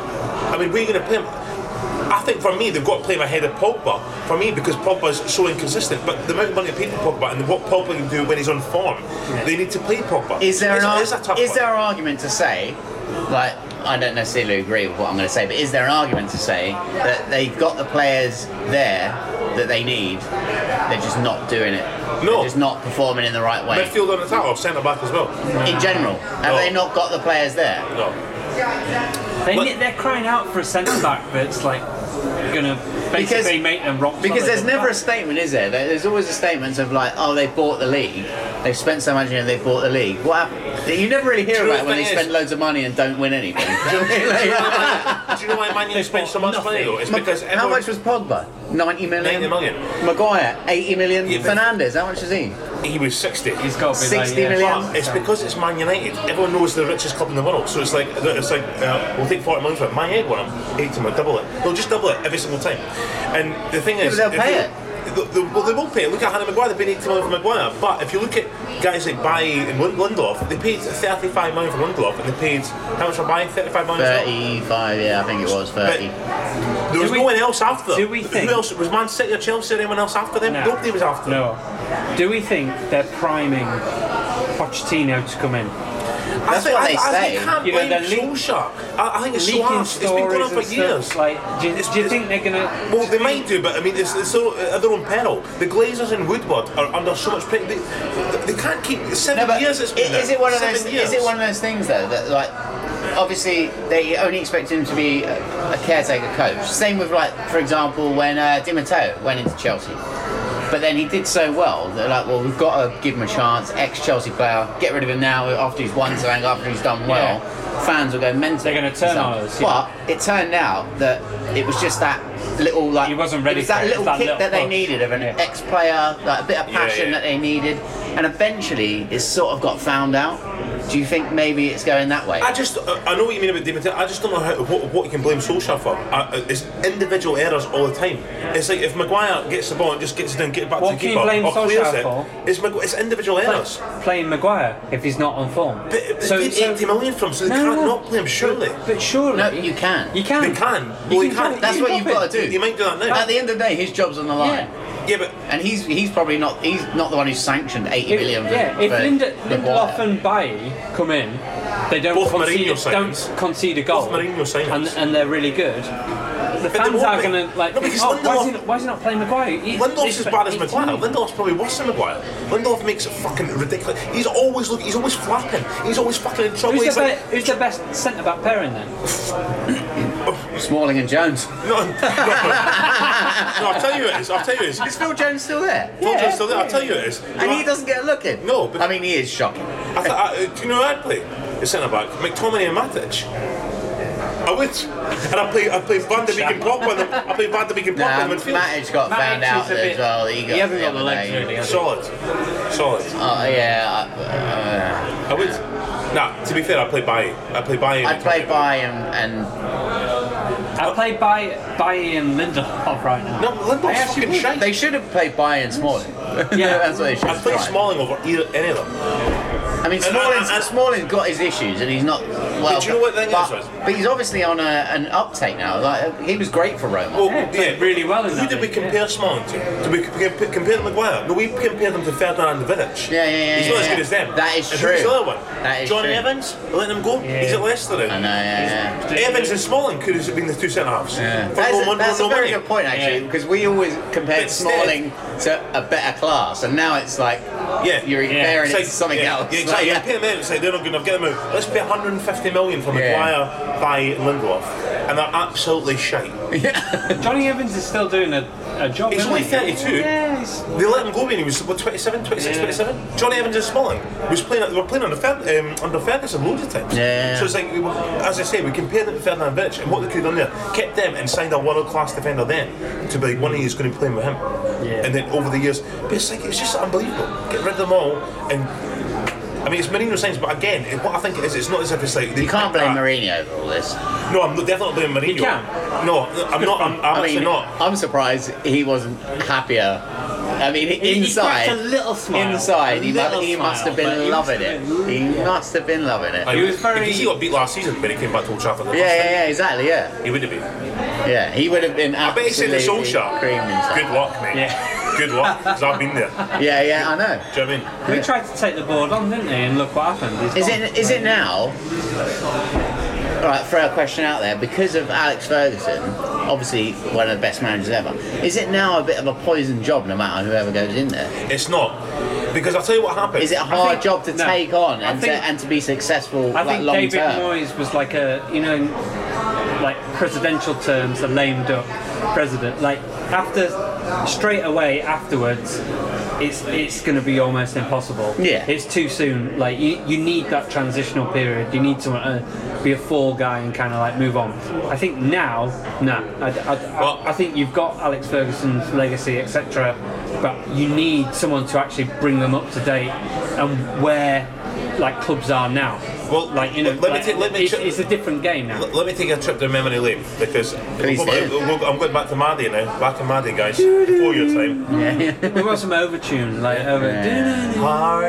Speaker 2: I mean, where are you going to play him? I think for me, they've got to play him ahead of Pogba. For me, because Pogba's so inconsistent. But the amount of money they paid for Pogba and what Pogba can do when he's on form, they need to play Pogba.
Speaker 3: Is there an
Speaker 2: It's-
Speaker 3: ar-
Speaker 2: it's a tough
Speaker 3: is
Speaker 2: one.
Speaker 3: there an argument to say, like I don't necessarily agree with what I'm going to say, but is there an argument to say that they've got the players there that they need, they're just not doing it,
Speaker 2: No.
Speaker 3: they're just not performing in the right way
Speaker 2: midfield on the tower, centre back as well?
Speaker 3: in general? Have
Speaker 2: No.
Speaker 3: they not got the players there?
Speaker 2: No.
Speaker 1: They,
Speaker 2: But-
Speaker 1: ne- they're crying out for a centre back that's like gonna
Speaker 3: Because-
Speaker 1: basically make them rock.
Speaker 3: Because
Speaker 1: solid.
Speaker 3: there's never a statement, is there? There- There's always a statement of like, oh, they bought the league. They've spent so much money and they've bought the league. What happened? You never really hear
Speaker 2: True
Speaker 3: about it when they
Speaker 2: thing is-
Speaker 3: spend loads of money and don't win anything. [LAUGHS]
Speaker 2: Do you know why Man United spent so much money though? It's because
Speaker 3: How
Speaker 2: everyone-
Speaker 3: much was Pogba? 90 million?
Speaker 2: 90 million.
Speaker 3: Maguire, 80 million.
Speaker 2: Yeah, but-
Speaker 3: Fernandez, how much is he?
Speaker 2: he was 60.
Speaker 1: He's got to be like,
Speaker 3: 60
Speaker 1: yeah.
Speaker 3: million.
Speaker 2: But it's because it's Man United. Everyone knows they're the richest club in the world, so it's like it's like uh, we'll take forty million for it. Man United want them, eighty million, double it. They'll just double it every single time. And the thing is,
Speaker 3: but they'll
Speaker 2: if
Speaker 3: pay
Speaker 2: you-
Speaker 3: it.
Speaker 2: They, they, well, they will pay. it. Look at Hannah Maguire. They paid eighty million for Maguire. But if you look at guys like Baye and Lind- Lindelof, they paid thirty-five million for Lindelof, and they paid how much for Baye? Thirty-five million. as well.
Speaker 3: 35, yeah, I think it was 30.
Speaker 2: There was
Speaker 1: Do we-
Speaker 2: no one else after.
Speaker 1: do we
Speaker 2: Who
Speaker 1: think-
Speaker 2: else was Man City or Chelsea or anyone else after them?
Speaker 1: No.
Speaker 2: Nobody was after them.
Speaker 1: No. Do we think they're priming Pochettino to come in?
Speaker 2: I
Speaker 3: That's
Speaker 2: think,
Speaker 3: what
Speaker 2: I,
Speaker 3: they
Speaker 2: I
Speaker 3: say.
Speaker 2: think you can't
Speaker 1: You know,
Speaker 2: blame
Speaker 1: they're leak-
Speaker 2: Solskjaer. I, I think it's so
Speaker 1: Leaking
Speaker 2: harsh. It's been going on
Speaker 1: stories
Speaker 2: for
Speaker 1: and
Speaker 2: years.
Speaker 1: stuff. Like, do, you-
Speaker 2: It's-
Speaker 1: do you
Speaker 2: it's-
Speaker 1: think they're gonna?
Speaker 2: Well, they might do, but I mean, it's, it's their own- at their own peril. The Glazers and Woodward are under so much pressure. They, they, they can't keep seven
Speaker 3: No, but
Speaker 2: years. It's
Speaker 3: i-
Speaker 2: been
Speaker 3: is
Speaker 2: there.
Speaker 3: it one of
Speaker 2: Seven
Speaker 3: those?
Speaker 2: Years.
Speaker 3: Is it one of those things though that like, obviously they only expect him to be a, a caretaker coach. Same with like, for example, when uh, Di Matteo went into Chelsea, but then he did so well. They're like, well, we've got to give him a chance. Ex-Chelsea player, get rid of him now after he's won something, after he's done well. Fans will go mental.
Speaker 1: They're gonna turn on us, yeah.
Speaker 3: But it turned out that it was just that little like
Speaker 1: He wasn't ready
Speaker 3: It was that
Speaker 1: for it,
Speaker 3: little
Speaker 1: it's that
Speaker 3: kick
Speaker 1: little
Speaker 3: that they
Speaker 1: push.
Speaker 3: needed of an
Speaker 1: Yeah.
Speaker 3: ex-player, like a bit of
Speaker 2: Yeah,
Speaker 3: passion
Speaker 2: yeah.
Speaker 3: that they needed, and eventually it's sort of got found out. Do you think maybe it's going that way?
Speaker 2: I just, I I know what you mean about David. Tell- I just don't know how, what, what you can blame Solskjaer for. I, I- it's individual errors all the time. It's like if Maguire gets the ball and just gets it and get it back
Speaker 1: What
Speaker 2: to the
Speaker 1: can you
Speaker 2: keeper
Speaker 1: blame
Speaker 2: or clears
Speaker 1: Solskjaer
Speaker 2: it,
Speaker 1: for?
Speaker 2: it's, Magu- it's individual
Speaker 1: Play,
Speaker 2: errors.
Speaker 1: playing Maguire if he's not on form.
Speaker 2: But they paid 80 million from, so they can't not play him, surely.
Speaker 1: But, but surely.
Speaker 3: No, you can.
Speaker 1: You can.
Speaker 2: They can.
Speaker 1: You
Speaker 2: Well,
Speaker 1: can
Speaker 2: they can.
Speaker 1: drop-
Speaker 3: That's
Speaker 1: you
Speaker 3: what
Speaker 1: can
Speaker 3: you've
Speaker 1: drop
Speaker 3: got
Speaker 1: it.
Speaker 3: to do.
Speaker 2: You might do that now.
Speaker 3: At the end of the day, his job's on the line,
Speaker 2: Yeah, but
Speaker 3: and he's he's probably not he's not the one who's sanctioned eighty
Speaker 1: If,
Speaker 3: million.
Speaker 1: yeah,
Speaker 3: for,
Speaker 1: if
Speaker 3: for
Speaker 1: Linda,
Speaker 3: Maguire.
Speaker 1: Lindelof and Bailly come in, they don't
Speaker 2: Both
Speaker 1: concede,
Speaker 2: Mourinho signings.
Speaker 1: don't concede a goal,
Speaker 2: Both Mourinho signings.
Speaker 1: and, and they're really good. The
Speaker 2: they
Speaker 1: fans
Speaker 2: won't
Speaker 1: are
Speaker 2: be.
Speaker 1: going to like.
Speaker 2: No,
Speaker 1: think,
Speaker 2: because
Speaker 1: oh, why, is he
Speaker 2: Lindelof-
Speaker 1: not, why is he not playing Maguire? He-
Speaker 2: Lindelof's
Speaker 1: he's
Speaker 2: as bad as
Speaker 1: 18.
Speaker 2: Maguire. Lindelof's probably worse than Maguire. Lindelof makes it fucking ridiculous. He's always looking. He's always flapping. He's always fucking in trouble.
Speaker 1: Who's
Speaker 2: he's
Speaker 1: the,
Speaker 2: like,
Speaker 1: be- who's the best centre back pairing then?
Speaker 3: Smalling and Jones.
Speaker 2: no, no, no, I'll tell you it is. I'll tell you it
Speaker 1: [LAUGHS]
Speaker 2: is.
Speaker 3: Is Phil Jones still there?
Speaker 2: Phil Jones still there. I'll tell you it is.
Speaker 3: And he doesn't get a look in.
Speaker 2: No, but-
Speaker 3: I mean he is shocking.
Speaker 2: I th- I, do you know who I'd play? The centre back, McTominay and Matic. I would, and I play. I play Van de Beek and Pogba. in the- I play Van de Beek and Pogba
Speaker 3: Nah,
Speaker 2: in midfield.
Speaker 3: Um, Matic got found
Speaker 1: Matic is
Speaker 3: out
Speaker 1: a
Speaker 3: there
Speaker 1: bit-
Speaker 3: as well. He, got
Speaker 1: he hasn't
Speaker 3: the
Speaker 1: got the
Speaker 3: other
Speaker 1: legs
Speaker 3: day.
Speaker 1: really. has he?
Speaker 2: Solid, solid.
Speaker 3: Oh yeah. I-
Speaker 2: I
Speaker 3: uh,
Speaker 2: would. Nah, to be fair, I play Baye. I play Baye.
Speaker 3: I'd play by him and
Speaker 1: I play by by Ian Lindelof right now.
Speaker 2: No, Lindelof's
Speaker 1: actually
Speaker 2: fucking
Speaker 1: would.
Speaker 2: shite.
Speaker 3: they should have played by and Smalling.
Speaker 1: Yeah.
Speaker 3: [LAUGHS] that's what they should
Speaker 2: I
Speaker 3: have
Speaker 2: play
Speaker 3: tried.
Speaker 2: Smalling over either, any of them.
Speaker 3: I mean,
Speaker 2: And-
Speaker 3: Smalling's,
Speaker 2: and- and-
Speaker 3: Smalling's got his issues, and he's not well.
Speaker 2: But do you know what the thing
Speaker 3: but,
Speaker 2: is, Wes?
Speaker 3: But he's obviously on a, an uptake now. Like he was great for Roma.
Speaker 2: Well,
Speaker 1: Yeah, played really well in
Speaker 2: Who
Speaker 1: that
Speaker 2: did we
Speaker 1: league, yeah.
Speaker 2: compare Smalling to? Did we comp- compare Maguire? No, we compared them to Ferdinand and Vidic.
Speaker 3: Yeah, yeah, yeah,
Speaker 2: He's not
Speaker 3: yeah,
Speaker 2: as good
Speaker 3: yeah.
Speaker 2: as them.
Speaker 3: That is
Speaker 2: and
Speaker 3: true.
Speaker 2: Who's the other one?
Speaker 3: That is
Speaker 2: John
Speaker 3: true.
Speaker 2: Evans. Letting him go. He's at Leicester now.
Speaker 3: I know, yeah, yeah.
Speaker 2: Evans and Smalling could have been the two centre halves.
Speaker 3: Yeah.
Speaker 2: For
Speaker 3: uh, That's,
Speaker 2: no
Speaker 3: a,
Speaker 2: mon-
Speaker 3: that's
Speaker 2: no
Speaker 3: a very
Speaker 2: money.
Speaker 3: good point, actually,
Speaker 1: Yeah.
Speaker 3: because we always compared
Speaker 2: But still-
Speaker 3: Smalling to a better class, and now it's like
Speaker 2: Yeah.
Speaker 3: you're
Speaker 2: Yeah.
Speaker 3: comparing
Speaker 2: It's
Speaker 3: it
Speaker 2: like-
Speaker 3: to something
Speaker 2: yeah,
Speaker 3: else. [LAUGHS]
Speaker 2: Yeah, exactly.
Speaker 3: Like,
Speaker 2: You pay them in, it's like they're not good enough. Get them out. Let's pay 150 million for
Speaker 3: Yeah.
Speaker 2: Maguire, Baye, and Lindelof, and they're absolutely shite.
Speaker 1: Johnny Evans is still doing a, a job.
Speaker 2: He's
Speaker 1: isn't
Speaker 2: only
Speaker 1: he?
Speaker 2: 32.
Speaker 1: Yeah, he's-
Speaker 2: They let him go when he was what, 27, 26,
Speaker 1: Yeah.
Speaker 2: 27. Johnny Evans and Smalling was playing. They were playing under Fer, um, under Ferguson loads of times.
Speaker 3: Yeah.
Speaker 2: So it's like, we, were- as I say, we compared them to Ferdinand Vidic and what they could have done there. Kept them and signed a world class defender then to be like one of you is going to play with him.
Speaker 1: Yeah.
Speaker 2: And then over the years, but it's like it's just unbelievable. Get rid of them all and. I mean, it's Mourinho signs, but again, it- what I think it is, it's not as if it's like they
Speaker 3: you can't blame
Speaker 2: that.
Speaker 3: Mourinho for all this.
Speaker 2: No, I'm not- definitely not blaming Mourinho.
Speaker 1: You can.
Speaker 2: No, I'm not. I'm, I'm
Speaker 3: I
Speaker 2: actually
Speaker 3: mean,
Speaker 2: not.
Speaker 3: I'm surprised he wasn't happier. I mean,
Speaker 1: He- he
Speaker 3: inside,
Speaker 1: cracked a little smile.
Speaker 3: inside,
Speaker 1: A
Speaker 3: he, mu-
Speaker 1: little
Speaker 3: he must
Speaker 1: smile,
Speaker 3: have
Speaker 1: but
Speaker 3: been
Speaker 1: he must
Speaker 3: loving
Speaker 1: have
Speaker 3: it.
Speaker 1: been-
Speaker 3: He
Speaker 1: yeah.
Speaker 3: must have been loving it.
Speaker 1: He was very-
Speaker 2: He got beat last season when he came back to Old Trafford.
Speaker 3: Yeah, yeah, yeah, exactly, yeah,
Speaker 2: He would have been.
Speaker 3: yeah, Yeah, he would have been
Speaker 2: I bet he said
Speaker 3: absolutely
Speaker 2: to Solskjaer,
Speaker 3: creaming himself.
Speaker 2: good luck, mate.
Speaker 1: Yeah.
Speaker 2: Good luck, because I've been there.
Speaker 3: Yeah, yeah, I know.
Speaker 2: Do you know what I mean?
Speaker 1: They tried to take the board on, didn't they? And look what happened. He's
Speaker 3: Is
Speaker 1: gone.
Speaker 3: it is it now? All right, throw a question out there. Because of Alex Ferguson, obviously one of the best managers ever, is it now a bit of a poison job no matter whoever goes in there?
Speaker 2: It's not. Because I'll tell you what happened.
Speaker 3: Is it a hard
Speaker 1: think-
Speaker 3: job to
Speaker 1: no.
Speaker 3: take on
Speaker 1: I
Speaker 3: and,
Speaker 1: think-
Speaker 3: to, and to be successful
Speaker 1: I
Speaker 3: like,
Speaker 1: think
Speaker 3: long
Speaker 1: David
Speaker 3: term?
Speaker 1: Moyes was like a, you know, in, like presidential terms, a lame duck president. Like after, straight away afterwards, it's it's going to be almost impossible.
Speaker 3: Yeah.
Speaker 1: it's too soon. Like you, you need that transitional period. You need someone to uh, be a fall guy and kind of like move on. I think now, nah. I, I, I-
Speaker 2: Well-
Speaker 1: I think you've got Alex Ferguson's legacy, etc. But you need someone to actually bring them up to date and where like clubs are now.
Speaker 2: Well,
Speaker 1: like you know,
Speaker 2: let me
Speaker 1: like,
Speaker 2: take- let me
Speaker 1: it's,
Speaker 2: check-
Speaker 1: it's a different game now.
Speaker 2: L- Let me take a trip down memory lane because
Speaker 3: Please
Speaker 2: we'll go
Speaker 3: do.
Speaker 2: back- we'll- I'm going back to Maddie now. Back to Maddie, guys. Before your
Speaker 1: [LAUGHS]
Speaker 2: time.
Speaker 3: Yeah.
Speaker 1: we want some overtune, like over.
Speaker 3: Yeah.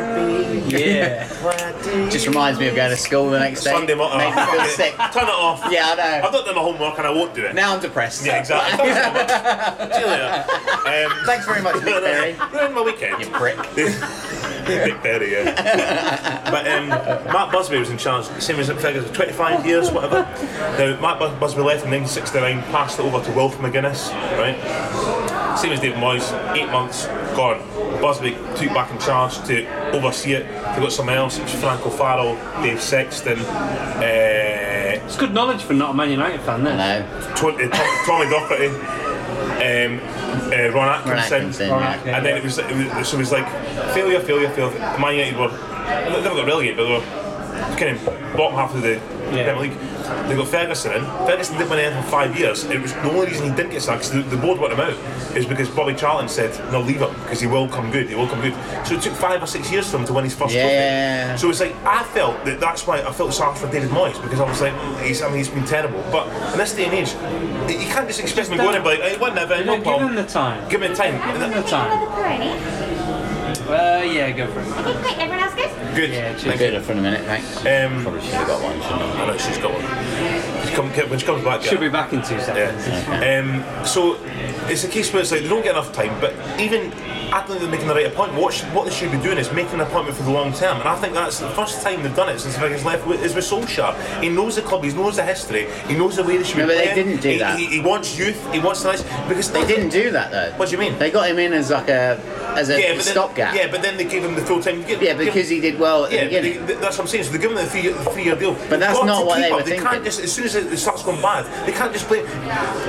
Speaker 2: Heartbeat.
Speaker 1: Yeah.
Speaker 3: Just reminds me of going to school the next day.
Speaker 2: Sunday morning.
Speaker 3: Makes me
Speaker 2: [LAUGHS]
Speaker 3: feel sick.
Speaker 2: Turn it off.
Speaker 3: Yeah,
Speaker 1: [LAUGHS]
Speaker 3: I know.
Speaker 2: I've not done my homework and I won't do it.
Speaker 3: Now I'm depressed.
Speaker 2: Yeah,
Speaker 3: [LAUGHS]
Speaker 2: exactly. Thanks so much. See you later. Um,
Speaker 3: Thanks
Speaker 1: [LAUGHS]
Speaker 3: very much, Nick Berry.
Speaker 2: Ruined my weekend.
Speaker 3: You prick.
Speaker 2: Nick Berry, yeah. but um, Matt Busby was in charge, same as Ferguson, 25 years, whatever. Now, Matt Bu- Busby left in 1969, passed it over to Wilf McGuinness, right? Same as David Moyes, eight months, gone. Busby took back in charge to oversee it. They got someone else, it was Franco Farrell, Dave Sexton, uh,
Speaker 1: It's good knowledge for not a Man United fan, then.
Speaker 3: No,
Speaker 2: Tw- uh, Tommy Docherty, um, uh, Ron Atkinson,
Speaker 3: Ron Atkinson.
Speaker 1: All
Speaker 3: yeah.
Speaker 1: right,
Speaker 2: and then it was, it was so it was like failure, failure, failure. Man United were they never got relegated, but they were kind of bottom half of the
Speaker 1: Yeah.
Speaker 2: Premier League. They got Ferguson in. Ferguson didn't win anything for five years. It was the only reason he didn't get sacked. 'cause The, the board wanted him out is because Bobby Charlton said no, leave him because he will come good. He will come good. So it took five or six years for him to win his first
Speaker 3: Yeah.
Speaker 2: trophy. So it's like I felt that that's why I felt sorry for David Moyes because I was like, mm, he's, I mean, he's been terrible. But in this day and age, you can't just expect him to go in and be like, hey,
Speaker 1: No,
Speaker 2: whatever, no
Speaker 1: give him
Speaker 2: problem.
Speaker 1: the time.
Speaker 2: Give him time.
Speaker 4: Can
Speaker 1: Another
Speaker 4: we get
Speaker 1: time.
Speaker 4: another Peroni?
Speaker 1: Uh, yeah, go for it.
Speaker 4: Okay, great. Everyone else good?
Speaker 2: Good.
Speaker 1: Yeah, cheers.
Speaker 3: I'm good for a minute, thanks.
Speaker 2: Um,
Speaker 3: Probably should have got one, shouldn't I?
Speaker 2: I know she's got one. She come, when she comes back, yeah.
Speaker 1: Should be back in two seconds.
Speaker 2: Yeah. Um, so it's a case where it's like they don't get enough time, but even I don't think they're making the right appointment. What, sh- what they should be doing is making an appointment for the long term, and I think that's the first time they've done it since Vegas left with, is with Solskjaer. He knows the club, he knows the history, he knows the way they should
Speaker 3: No,
Speaker 2: be
Speaker 3: but they
Speaker 2: playing.
Speaker 3: didn't do
Speaker 2: he,
Speaker 3: that.
Speaker 2: He, he wants youth, he wants the nice because
Speaker 3: They didn't do that though.
Speaker 2: What do you mean?
Speaker 3: They got him in as like a as a
Speaker 2: Yeah, but then,
Speaker 3: stopgap.
Speaker 2: yeah, but then they gave him the full time.
Speaker 3: Yeah, because he did well. At
Speaker 2: Yeah,
Speaker 3: the
Speaker 2: but
Speaker 3: beginning.
Speaker 2: they, th- that's what I'm saying. So they're giving them a three, three-year deal. They've
Speaker 3: that's
Speaker 2: got
Speaker 3: not
Speaker 2: to
Speaker 3: what
Speaker 2: keep
Speaker 3: they
Speaker 2: up.
Speaker 3: were
Speaker 2: They
Speaker 3: thinking.
Speaker 2: can't just as soon as it starts going bad, they can't just blame.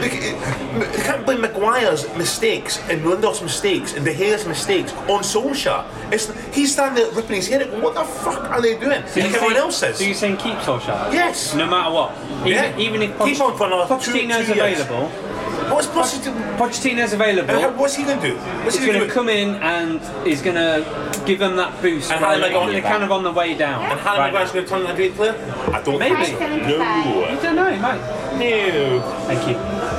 Speaker 2: They, c- they can't blame Maguire's mistakes and Lindelof's mistakes and De Gea's mistakes on Solskjaer. It's, he's standing there ripping his hair. out, going, What the fuck are they doing?
Speaker 1: So you
Speaker 2: like everyone
Speaker 1: saying-
Speaker 2: else is.
Speaker 1: So you're saying keep Solskjaer?
Speaker 2: Yes.
Speaker 1: No matter what. Even,
Speaker 2: Yeah.
Speaker 1: even if
Speaker 2: Keep on for another two-
Speaker 1: Pochettino's
Speaker 2: two years.
Speaker 1: available,
Speaker 2: What's Pochettino?
Speaker 1: Pochettino's available.
Speaker 2: and how- uh, What's he going to do? What's
Speaker 1: He's
Speaker 2: he
Speaker 1: going
Speaker 2: going
Speaker 1: to come in and he's going to give them that boost.
Speaker 2: And
Speaker 1: while
Speaker 2: Harry Maguire-
Speaker 1: they're kind of on the way down.
Speaker 2: And Harry
Speaker 1: Right.
Speaker 2: Maguire's going to turn into a great player? I don't
Speaker 1: Maybe.
Speaker 2: think so.
Speaker 4: 575.
Speaker 1: I don't know, mate.
Speaker 2: No. No.
Speaker 1: Thank you.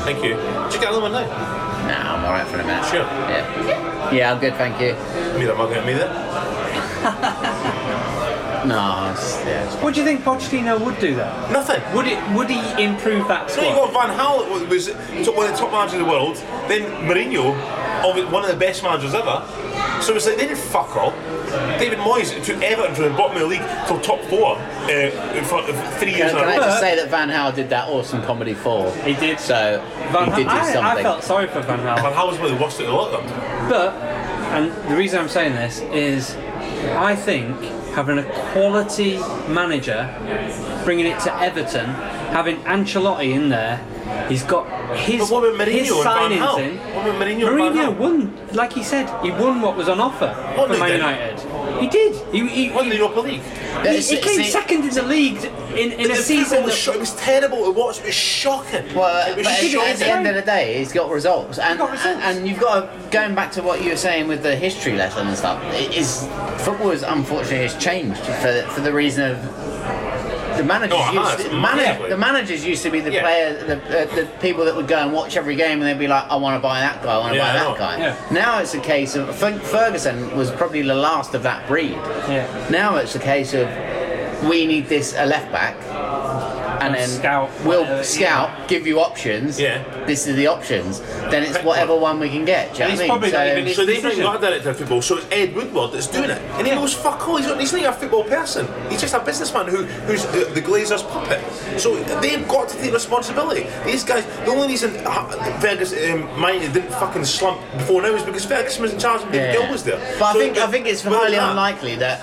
Speaker 2: Thank you. Did you get another one now?
Speaker 3: Nah, I'm alright for a minute.
Speaker 2: Sure.
Speaker 3: Yeah. Yeah, I'm good, thank you.
Speaker 2: Made a mug at me there.
Speaker 3: No, it's, yeah, it's-
Speaker 1: What do you think Pochettino would do though?
Speaker 2: Nothing.
Speaker 1: Would it? Would he improve that
Speaker 2: So you got
Speaker 1: squad?
Speaker 2: Van Hal who was top- one of the top managers in the world, then Mourinho, obvi- one of the best managers ever. So it's like they did fuck all. David Moyes took Everton from the bottom of the league till top four uh, for three years
Speaker 3: Can, can I
Speaker 2: in a row.
Speaker 3: just say that Van Hal did that awesome comedy for?
Speaker 1: He did.
Speaker 3: So
Speaker 1: Van
Speaker 3: he did do
Speaker 1: Hal-
Speaker 3: something.
Speaker 1: I, I felt sorry for Van Hal,
Speaker 2: Van Hal was one of the worst at a lot of them.
Speaker 1: but and the reason I'm saying this is, I think having a quality manager, bringing it to Everton, having Ancelotti in there, he's got his
Speaker 2: But what about Mourinho
Speaker 1: his
Speaker 2: and Van
Speaker 1: signings
Speaker 2: Hal?
Speaker 1: in.
Speaker 2: What about Mourinho and Van Hal?
Speaker 1: Mourinho won, like he said, he won what was on offer
Speaker 2: What
Speaker 1: for
Speaker 2: did
Speaker 1: Man
Speaker 2: he do?
Speaker 1: United. He did. He, he,
Speaker 2: Won the
Speaker 1: he,
Speaker 2: Europa League.
Speaker 1: he,
Speaker 3: It's-
Speaker 1: he
Speaker 3: it's-
Speaker 1: came second in the league in, in a
Speaker 2: The
Speaker 1: season
Speaker 2: football
Speaker 1: that
Speaker 2: was, sho- it was terrible to watch. It was shocking.
Speaker 3: Well,
Speaker 2: it was
Speaker 3: but at,
Speaker 2: shocking.
Speaker 3: at the end of the day, he's got results, and,
Speaker 1: got results.
Speaker 3: and and you've got to, going back to what you were saying with the history lesson and stuff. It is football is unfortunately has changed for for the reason of the managers.
Speaker 2: Oh, it
Speaker 3: used
Speaker 2: has,
Speaker 3: to, mana-
Speaker 2: massively.
Speaker 3: the managers used to be the
Speaker 2: Yeah.
Speaker 3: player, the, uh, the people that would go and watch every game, and they'd be like, "I want to buy that guy, I want to
Speaker 2: Yeah,
Speaker 3: buy
Speaker 2: I
Speaker 3: that
Speaker 2: know.
Speaker 3: guy."
Speaker 1: Yeah.
Speaker 3: Now it's a case of I think Ferguson was probably the last of that breed.
Speaker 1: Yeah.
Speaker 3: Now it's a case of we need this a left back and
Speaker 1: Uh,
Speaker 3: then
Speaker 1: scout,
Speaker 3: we'll
Speaker 1: whatever, yeah.
Speaker 3: scout, give you options.
Speaker 2: Yeah.
Speaker 3: This is the options. Then it's
Speaker 2: Pick
Speaker 3: whatever one we can get. Do you know
Speaker 1: He's
Speaker 3: what I
Speaker 1: probably
Speaker 3: mean?
Speaker 1: not even-
Speaker 2: So they've not
Speaker 1: Decision.
Speaker 2: got a director of football, so it's Ed Woodward that's doing it. And he knows fuck all, he's not, he's not even a football person. He's just a businessman who, who's uh, the, the Glazers' puppet. So they've got to take responsibility. These guys, the only reason uh, Fergus, um, Miami didn't fucking slump before now is because Ferguson was in charge and David Gill was there.
Speaker 3: But
Speaker 2: So uh,
Speaker 3: I think I
Speaker 2: it-
Speaker 3: think it's
Speaker 2: without
Speaker 3: highly
Speaker 2: that-
Speaker 3: unlikely that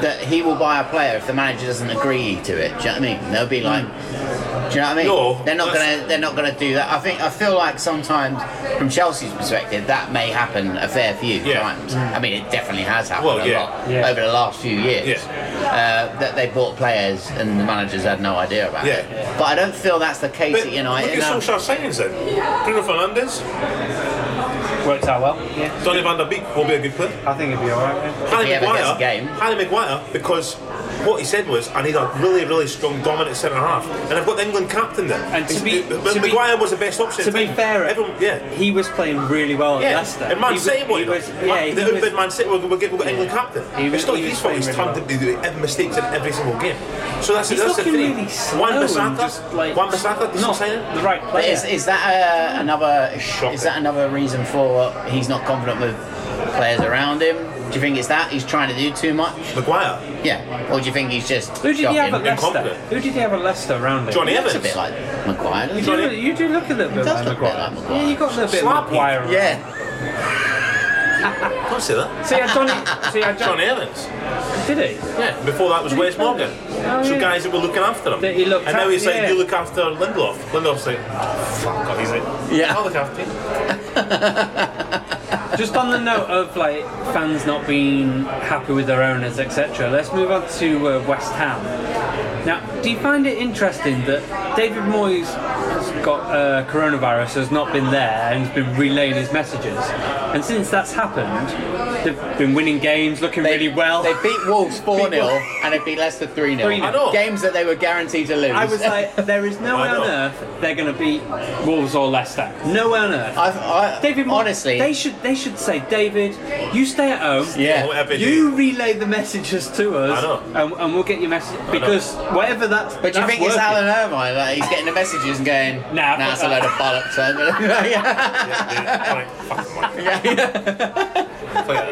Speaker 3: that he will buy a player if the manager doesn't agree to it. Do you know what I mean? They'll be like, do you know what I mean?
Speaker 2: Hmm. No,
Speaker 3: they're not
Speaker 2: that's-
Speaker 3: gonna they're not gonna do that. I think I feel like sometimes from Chelsea's perspective that may happen a fair few
Speaker 2: Yeah.
Speaker 3: times. I mean, it definitely has happened
Speaker 2: Well,
Speaker 3: a
Speaker 2: yeah.
Speaker 3: lot
Speaker 1: Yeah.
Speaker 3: over the last few years. Uh, that they bought players and the managers had no idea about
Speaker 2: Yeah.
Speaker 3: it. But I don't feel that's the case
Speaker 2: But
Speaker 3: at United.
Speaker 2: look at
Speaker 3: no.
Speaker 2: Solskjaer signings then. Bruno Fernandes,
Speaker 1: Worked out well. Yeah.
Speaker 2: Donny van der Beek will be a good player.
Speaker 1: I think it'd be alright. Yeah.
Speaker 2: Harry
Speaker 3: he ever gets
Speaker 2: Maguire,
Speaker 3: a game.
Speaker 2: Harry Maguire, because what he said was, I need a really, really strong, dominant centre half, and I've got the England captain there.
Speaker 1: And to be-
Speaker 2: but
Speaker 1: to be-
Speaker 2: Maguire was the best option.
Speaker 1: To be fair,
Speaker 2: everyone, yeah.
Speaker 1: he was playing really well at
Speaker 2: Yeah,
Speaker 1: Leicester.
Speaker 2: and Man
Speaker 1: He was-
Speaker 2: City won.
Speaker 1: he was-
Speaker 2: Man-
Speaker 1: Yeah, he
Speaker 2: they
Speaker 1: was-
Speaker 2: outbid Man City. We're, we're, we're England captain.
Speaker 1: He was-
Speaker 2: it's not
Speaker 1: he was
Speaker 2: his fault. He's
Speaker 1: playing really
Speaker 2: turned to do mistakes in every single game. So that's
Speaker 1: He's
Speaker 2: that's the
Speaker 1: looking
Speaker 2: thing.
Speaker 1: really slow.
Speaker 2: Juan
Speaker 1: and
Speaker 2: Bissaka,
Speaker 1: just, like,
Speaker 2: Juan Bissaka, decent
Speaker 1: not
Speaker 2: signing.
Speaker 1: the right
Speaker 3: But
Speaker 1: player.
Speaker 3: is, is that uh, another
Speaker 2: Shocking.
Speaker 3: is that another reason for he's not confident with players around him? Do you think it's that he's trying to do too much?
Speaker 2: Maguire,
Speaker 3: Yeah, or do you think he's just
Speaker 1: Who did he have at
Speaker 3: shocking?
Speaker 1: Leicester?
Speaker 2: incompetent.
Speaker 1: Who did he have at Leicester around him?
Speaker 2: Johnny
Speaker 3: It's
Speaker 2: Evans.
Speaker 3: a bit like Maguire.
Speaker 1: You
Speaker 3: Doesn't
Speaker 1: do,
Speaker 3: he?
Speaker 1: look, you do look a little bit
Speaker 3: does
Speaker 1: like
Speaker 3: look a bit
Speaker 1: Maguire.
Speaker 3: like Maguire.
Speaker 1: Yeah, you got a little bit
Speaker 2: Slap
Speaker 1: of Maguire. around.
Speaker 3: Yeah,
Speaker 2: Don't say that.
Speaker 1: So yeah, Johnny. So yeah,
Speaker 2: Johnny
Speaker 1: Johnny.
Speaker 2: Evans.
Speaker 1: Did he?
Speaker 2: Yeah, before that was Wes Morgan.
Speaker 1: Oh,
Speaker 2: so
Speaker 1: yeah.
Speaker 2: guys that were looking after him.
Speaker 1: That he looked
Speaker 2: and now
Speaker 1: af-
Speaker 2: he's
Speaker 1: yeah.
Speaker 2: like, you look after Lindelof. Lindelof's like, "Oh, fuck off. He's like,
Speaker 3: Yeah.
Speaker 2: I'll look after you.
Speaker 1: Just on the note of like fans not being happy with their owners, etc. Let's move on to uh, West Ham. Now, do you find it interesting that David Moyes has got uh, coronavirus, has not been there, and has been relaying his messages? And since that's happened, they've been winning games, looking [LAUGHS]
Speaker 3: They-
Speaker 1: really well.
Speaker 3: They beat Wolves four 0
Speaker 1: Wolves.
Speaker 3: [LAUGHS] and they beat Leicester three
Speaker 1: 3-0. I
Speaker 3: 0
Speaker 2: know.
Speaker 3: Games that they were guaranteed to lose.
Speaker 1: I was like, there is no
Speaker 2: [LAUGHS] I
Speaker 1: way on
Speaker 2: know.
Speaker 1: earth they're going to beat Wolves or Leicester. No way on earth.
Speaker 3: [LAUGHS] I, I,
Speaker 1: David, Moyes-
Speaker 3: honestly,
Speaker 1: they should they should say, David, you stay at home.
Speaker 3: yeah.
Speaker 2: Whatever it is.
Speaker 1: You relay the messages to us,
Speaker 2: I know.
Speaker 1: and, and we'll get your message because whatever that's.
Speaker 3: But do you
Speaker 1: that's
Speaker 3: think it's
Speaker 1: working.
Speaker 3: Alan Irvine? Like he's getting the messages and going,
Speaker 1: Nah,
Speaker 3: nah,
Speaker 1: fuck
Speaker 3: that's a
Speaker 1: that."
Speaker 3: load of bollocks. I'm gonna- [LAUGHS] yeah.
Speaker 2: Yeah, like, fucking monkey. Like,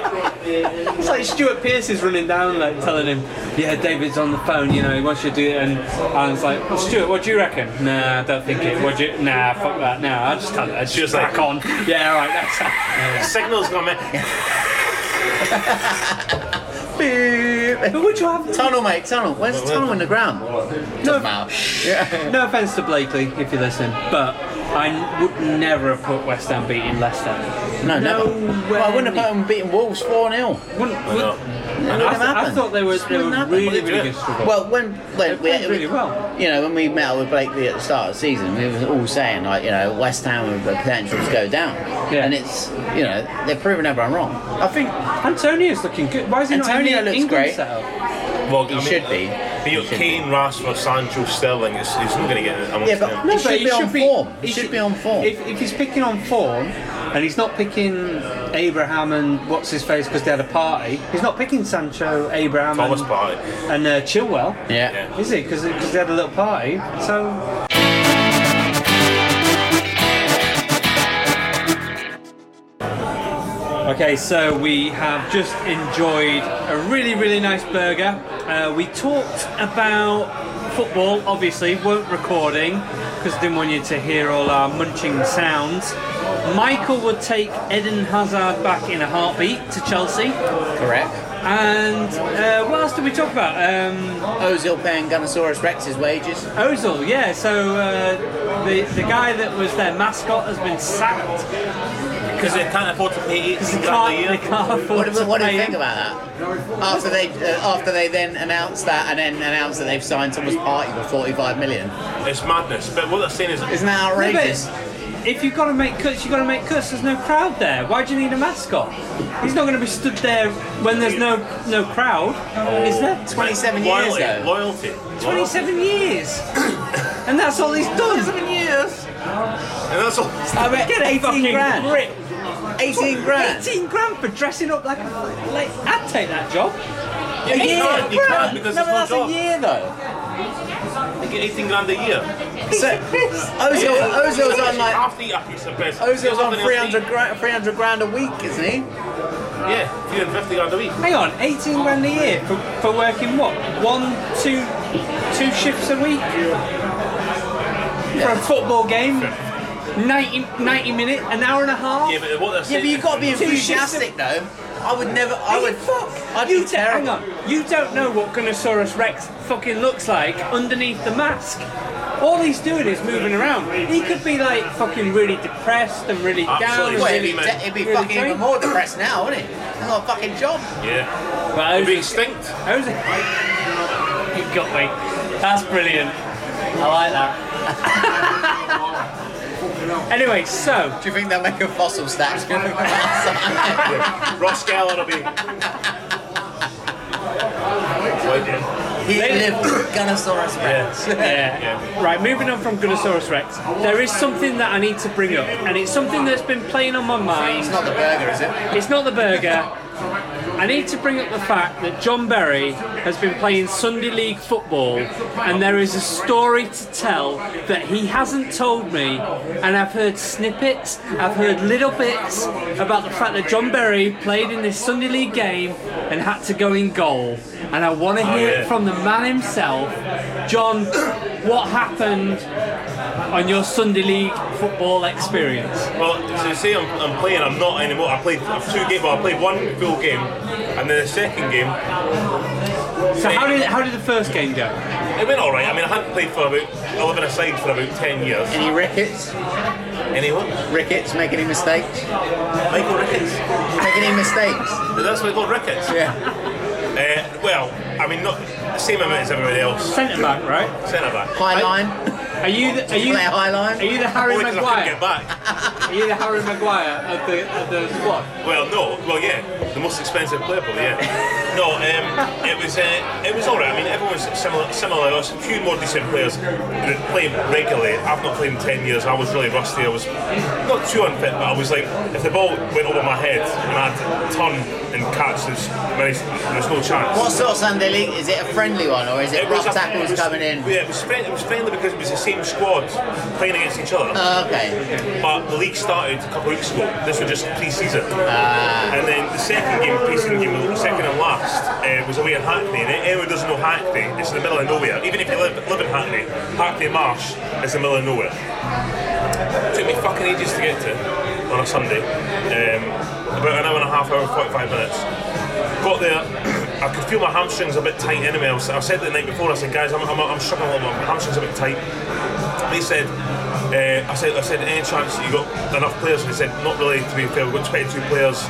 Speaker 1: It's like Stuart Pearce is running down, like telling him, "Yeah, David's on the phone. You know, he wants you to do it." And Alan's like, well, "Stuart, what do you reckon?" Nah, I don't think it. What do you? Nah, fuck that. Nah, I just tell it. I
Speaker 2: Stuart's
Speaker 1: just
Speaker 2: like-
Speaker 1: crack on. [LAUGHS] Yeah, all right.
Speaker 3: [LAUGHS]
Speaker 1: That's
Speaker 2: Signals coming.
Speaker 3: Beep.
Speaker 1: but would you have?
Speaker 3: Tunnel, mate, tunnel. Where's the tunnel in the ground? Doesn't matter.
Speaker 1: No offense to Blakely if you listen, but I n- would never have put West Ham beating Leicester.
Speaker 3: No,
Speaker 1: no
Speaker 3: never.
Speaker 1: way.
Speaker 3: Well, I wouldn't have put them beating Wolves 4 0.
Speaker 1: Wouldn't- would-
Speaker 2: know.
Speaker 1: I,
Speaker 3: Wouldn't have
Speaker 1: th- I
Speaker 3: happened.
Speaker 1: thought they were
Speaker 3: Just
Speaker 1: they were
Speaker 3: wouldn't happen.
Speaker 1: really
Speaker 2: Well, they
Speaker 1: really
Speaker 2: did.
Speaker 1: good. struggle.
Speaker 3: Well, when when we,
Speaker 1: played really well.
Speaker 3: you know when we met up with Blakely at the start of the season, we was all saying like you know West Ham have the potential to go down,
Speaker 1: Yeah.
Speaker 3: and it's you know they're proving everyone wrong. I think
Speaker 1: Antonio's looking good. Why is he
Speaker 3: Antonio
Speaker 1: not in the
Speaker 3: looks
Speaker 1: England
Speaker 3: great.
Speaker 1: setup?
Speaker 2: Well,
Speaker 3: He should be.
Speaker 2: But you're
Speaker 3: He should
Speaker 2: Kane, Rashford, Sancho, Sterling. It's, he's not going to get it amongst
Speaker 3: Yeah, but-
Speaker 2: them.
Speaker 3: He should be on form. He should be on form.
Speaker 1: If, if he's picking on form, and he's not picking Abraham and what's his face because they had a party. He's not picking Sancho, Abraham,
Speaker 2: Thomas
Speaker 1: and,
Speaker 2: Partey.
Speaker 1: and uh, Chilwell.
Speaker 3: yeah.
Speaker 2: Yeah.
Speaker 1: Is he? Because they had a little party. So Okay, so we have just enjoyed a really, really nice burger. Uh, we talked about football, obviously, weren't recording because didn't want you to hear all our munching sounds. Michael would take Eden Hazard back in a heartbeat to Chelsea.
Speaker 3: correct.
Speaker 1: And uh, what else did we talk about? Um,
Speaker 3: Ozil paying Gunnosaurus Rex's wages.
Speaker 1: Ozil, yeah. So uh, the the guy that was their mascot has been sacked
Speaker 2: Because they can't afford to pay
Speaker 1: 'cause
Speaker 2: 18
Speaker 1: they
Speaker 2: grand a
Speaker 1: can't,
Speaker 2: year.
Speaker 1: they can't afford
Speaker 3: uh, What, do-
Speaker 1: to
Speaker 3: what do
Speaker 1: pay
Speaker 3: you
Speaker 1: him.
Speaker 3: think about that? After they uh, after they then announced that and then announced that they've signed Thomas Party for 45 million,
Speaker 2: It's madness. But what they're saying is,
Speaker 3: isn't that
Speaker 1: No, but
Speaker 3: outrageous?
Speaker 1: if you've got to make cuts, you've got to make cuts. There's no crowd there. Why do you need a mascot? He's not going to be stood there when there's no no crowd, is there?
Speaker 3: 27 years
Speaker 2: loyalty.
Speaker 3: though.
Speaker 2: Loyalty. Loyalty.
Speaker 1: 27 years, [COUGHS] and that's all he's done. 27 years.
Speaker 2: And that's all.
Speaker 1: I bet get
Speaker 3: 18
Speaker 1: fucking
Speaker 3: grand.
Speaker 1: grip.
Speaker 3: 18 grand.
Speaker 1: 18 grand for dressing up like a like. I'd take that job.
Speaker 2: Yeah, you
Speaker 1: Yeah,
Speaker 2: can't, you
Speaker 1: grand.
Speaker 2: can't because
Speaker 3: no,
Speaker 2: there's
Speaker 3: but
Speaker 2: no
Speaker 3: that's
Speaker 2: job.
Speaker 3: a year though.
Speaker 2: They get 18 grand a year.
Speaker 3: So, Ozil, Ozil's on like.
Speaker 2: half the year, piece of piss. There's
Speaker 3: Ozil's on
Speaker 2: nothing else to
Speaker 3: 300
Speaker 2: eat.
Speaker 3: grand, 300 grand a week, isn't he?
Speaker 2: Yeah, 350 grand a week.
Speaker 1: Hang on, 18 grand a year for, for working what? One, two, two shifts a week? For a football game? 90, 90 minute, an hour and a half?
Speaker 2: Yeah, but what they're
Speaker 3: Yeah,
Speaker 2: saying
Speaker 3: but you've got to be
Speaker 1: Two shifts a-
Speaker 3: enthusiastic, though. I would never. I would.
Speaker 1: fuck.
Speaker 3: I'd
Speaker 1: you
Speaker 3: be
Speaker 1: don't-
Speaker 3: terrible.
Speaker 1: Hang on. You don't know what Ganosaurus Rex fucking looks like underneath the mask. All he's doing is moving around. He could be like fucking really depressed and really down.
Speaker 2: Absolutely.
Speaker 1: And
Speaker 3: Well,
Speaker 1: really,
Speaker 3: it'd be,
Speaker 2: man.
Speaker 3: it'd be
Speaker 1: Really
Speaker 3: fucking
Speaker 1: drink?
Speaker 3: even more depressed now, wouldn't it? It's not a fucking job.
Speaker 2: Yeah.
Speaker 1: well,
Speaker 2: They'll be
Speaker 1: Ozil-
Speaker 2: extinct.
Speaker 1: Ozil- you got me. That's brilliant. I like that. anyway, so
Speaker 3: Do you think they'll make a fossil statue? [LAUGHS] of
Speaker 2: Ross Geller will be. Why did-
Speaker 3: us? he lived with Gunosaurus Rex.
Speaker 1: Yeah. Right, moving on from Gunosaurus Rex. There is something that I need to bring up, and it's something that's been playing on my
Speaker 3: It's
Speaker 1: mind.
Speaker 3: not the burger, is it?
Speaker 1: It's not the burger. I need to bring up the fact that John Berry has been playing Sunday League football, and there is a story to tell that he hasn't told me. And I've heard snippets, I've heard little bits about the fact that John Berry played in this Sunday League game and had to go in goal. And I want to hear
Speaker 2: yeah.
Speaker 1: it from the man himself. John, what happened on your Sunday League football experience?
Speaker 2: Well, so you say I'm, I'm playing, I'm not anymore. I played I've two games, well, I played one full game, and then the second game,
Speaker 1: So, how did, how did the first game go?
Speaker 2: it went alright. I mean, I hadn't played for about 11 aside for about 10 years.
Speaker 3: Any rickets?
Speaker 2: Anyone?
Speaker 3: Rickets? Make any mistakes?
Speaker 2: Michael Ricketts.
Speaker 3: Make any mistakes?
Speaker 2: That's Michael Ricketts.
Speaker 3: Yeah.
Speaker 2: Uh, well, I mean, not the same amount as everybody else.
Speaker 1: Centre back, right?
Speaker 2: Centre back.
Speaker 3: High
Speaker 1: I-
Speaker 3: line?
Speaker 1: Are you the, are you
Speaker 3: Play a high
Speaker 1: are
Speaker 3: line?
Speaker 1: you the Harry
Speaker 2: Only 'cause I couldn't get
Speaker 1: Maguire?
Speaker 2: back.
Speaker 1: Are you the Harry Maguire of the of the squad?
Speaker 2: Well, no. Well, yeah, the most expensive player, probably.
Speaker 3: [LAUGHS]
Speaker 2: Yeah. No, um, it was uh, it was all right. I mean, everyone's similar. Similar. There's a few more decent players that play regularly. I've not played in ten years. I was really rusty. I was not too unfit, but I was like, if the ball went over my head and I'd turn and catch, there's there's, there's no chance.
Speaker 3: What sort of Sunday league? Is it a friendly one or is it, rough
Speaker 2: was a-
Speaker 3: tackles
Speaker 2: it was-
Speaker 3: coming in?
Speaker 2: Yeah, it was, friend, it was friendly because it was the same squad playing against each other.
Speaker 3: Oh, okay.
Speaker 2: But the league started a couple of weeks ago. This was just pre-season, and then the second game, pre-season game, the second and last, uh, was away in Hackney. And anyone doesn't know Hackney, it's in the middle of nowhere. Even if you live, live in Hackney, Hackney Marsh is the middle of nowhere. took me fucking ages to get to on a Sunday. Um, about an hour and a half, hour, and 45 minutes. Got there, [CLEARS THROAT] I could feel my hamstrings a bit tight anyway. I, was, I said the night before, I said, guys, I'm, I'm, I'm struggling a little bit, my hamstrings are a bit tight. They said, uh, I said, I said, any chance that you got enough players? And they said, not really, to be fair, we've got 22 players.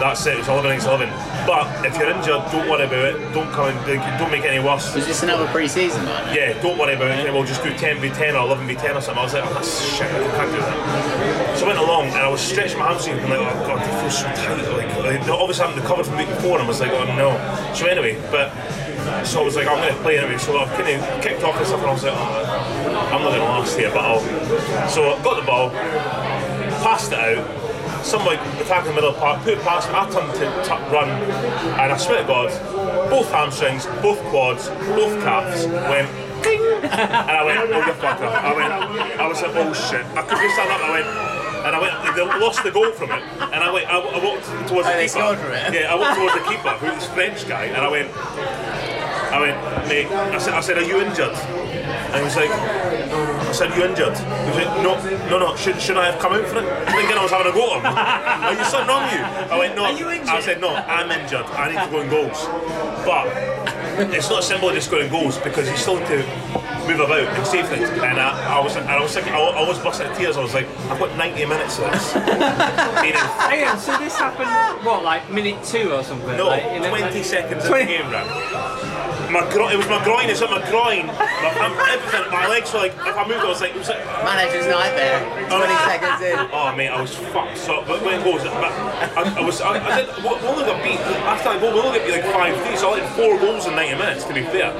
Speaker 2: That's it, it's 11 against 11. But if you're injured, don't worry about it. Don't come and don't make it any worse.
Speaker 3: Was this another pre season one?
Speaker 2: Yeah, don't worry about it. We'll just do 10 v 10 or 11 v 10 or something. I was like, oh, that's shit, I can't do that. So I went along and I was stretching my hamstring and like, oh god, they feel so tight. Like, like, obviously I hadn't recovered from the week before and I was like, oh no. So anyway, but so I was like, I'm going to play anyway. So I kind of kicked off and stuff and I was like, oh, I'm not going to last here, but I'll. So I got the ball, passed it out. Someone attacked the middle part, put it past me, I turned to tuck, run, and I swear to God, both hamstrings, both quads, both calves went ding, and I went, oh you fucker. I went, I was like, oh shit. I couldn't stand up, I went, and I went, they lost the goal from it, and I went, I, I walked towards
Speaker 3: Oh,
Speaker 2: the
Speaker 3: they
Speaker 2: keeper.
Speaker 3: scored from it?
Speaker 2: Yeah, I walked towards the keeper, who's this French guy, and I went, I went, mate, I said, I said, are you injured? And he was like, I said, you injured? He was like, no, no, no, should, should I have come out for it? Thinking I was having a go at him. Are you something wrong with you? I went, no.
Speaker 1: Are you injured?
Speaker 2: I said, no, I'm injured. I need to go in goals. But it's not simple just going in goals because you still need to move about and save things. And I, I was and I was like, I wa- I was busting at tears. I was like, I've got 90 minutes of this. Meaning,
Speaker 6: Oh,
Speaker 1: Hang on, so this happened what, like minute two or something?
Speaker 2: no,
Speaker 1: like, in a-
Speaker 2: 20 seconds of the
Speaker 1: 20
Speaker 2: game, Ram. My gro- it was my groin, it's at my groin. My, I'm, everything, my legs were like, if I moved, I was like, it was like
Speaker 3: Manager's nightmare. 20 seconds in.
Speaker 2: Oh mate, I was fucked. So but when it goes, but I, I was, I, I did. We we only got beat after I go. We only got beat like five three. So I had four goals in ninety minutes. To be fair,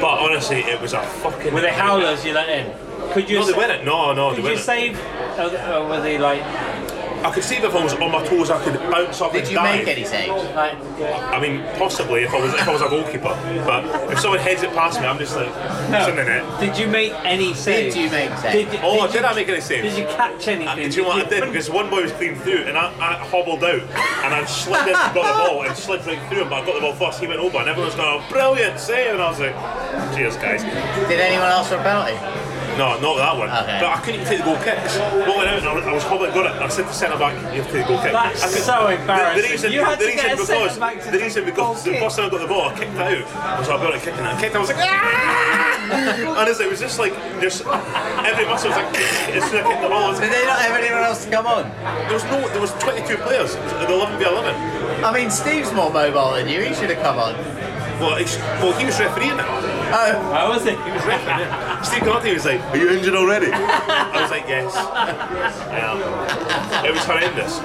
Speaker 2: but honestly, it was a fucking.
Speaker 1: Were they howlers you let in? Could you
Speaker 2: No, they
Speaker 1: sa-
Speaker 2: win it. No, no, they
Speaker 1: Could
Speaker 6: uh,
Speaker 2: win
Speaker 1: you
Speaker 2: it.
Speaker 1: save? Or, or were they like
Speaker 2: I could see if I was on my toes, I could bounce up
Speaker 3: Did
Speaker 2: and
Speaker 3: you
Speaker 2: dive.
Speaker 3: make any saves?
Speaker 2: I mean, possibly if I was if I was a goalkeeper, but if someone heads it past me, I'm just like, it's in the net.
Speaker 6: Did you make any saves?
Speaker 3: you make saves?
Speaker 6: you-
Speaker 2: Oh,
Speaker 6: did
Speaker 2: did
Speaker 6: you-
Speaker 2: I make any saves?
Speaker 6: Did you catch
Speaker 2: Uh,
Speaker 6: anything?
Speaker 2: do you know what I did?
Speaker 6: you-
Speaker 2: Because one boy was clean through, and I, I hobbled out, and I slid in, got
Speaker 6: [LAUGHS]
Speaker 2: the ball, and slid right through him. But I got the ball first. He went over, and everyone was going, oh, "Brilliant save!" And I was like, "Cheers, guys."
Speaker 3: Did anyone else for a penalty?
Speaker 2: No, not that one.
Speaker 3: Okay.
Speaker 2: But I couldn't take the goal kicks. What went out, and I was- I was hobbling, got it. and I said to centre back, "You have to take the goal kick."
Speaker 6: That's
Speaker 2: I could-
Speaker 6: so
Speaker 2: the- The,
Speaker 6: embarrassing.
Speaker 2: reason,
Speaker 6: You had
Speaker 2: the
Speaker 6: to get
Speaker 2: reason
Speaker 6: a
Speaker 2: because
Speaker 6: centre-back to
Speaker 2: the
Speaker 6: take
Speaker 2: reason
Speaker 6: the
Speaker 2: because
Speaker 6: goal
Speaker 2: the first time I got the ball, I kicked it out. I was like, "I've got it kicking," and I kicked. it, I was like, "Ah!" [LAUGHS] Honestly, it was just like just every muscle was like, [LAUGHS] as soon as I kicked the ball, I was
Speaker 3: Did
Speaker 2: like,
Speaker 3: they not have anyone else to come on?
Speaker 2: there was no, there was 22 players, at 11 v 11.
Speaker 3: I mean, Steve's more mobile than you. He should have come on.
Speaker 2: Well, it's, well, he was refereeing it.
Speaker 3: Oh,
Speaker 6: How was it?
Speaker 2: He was refereeing it. Steve Conti was like, "Are you injured already?" I was like, "Yes." Um, it was horrendous.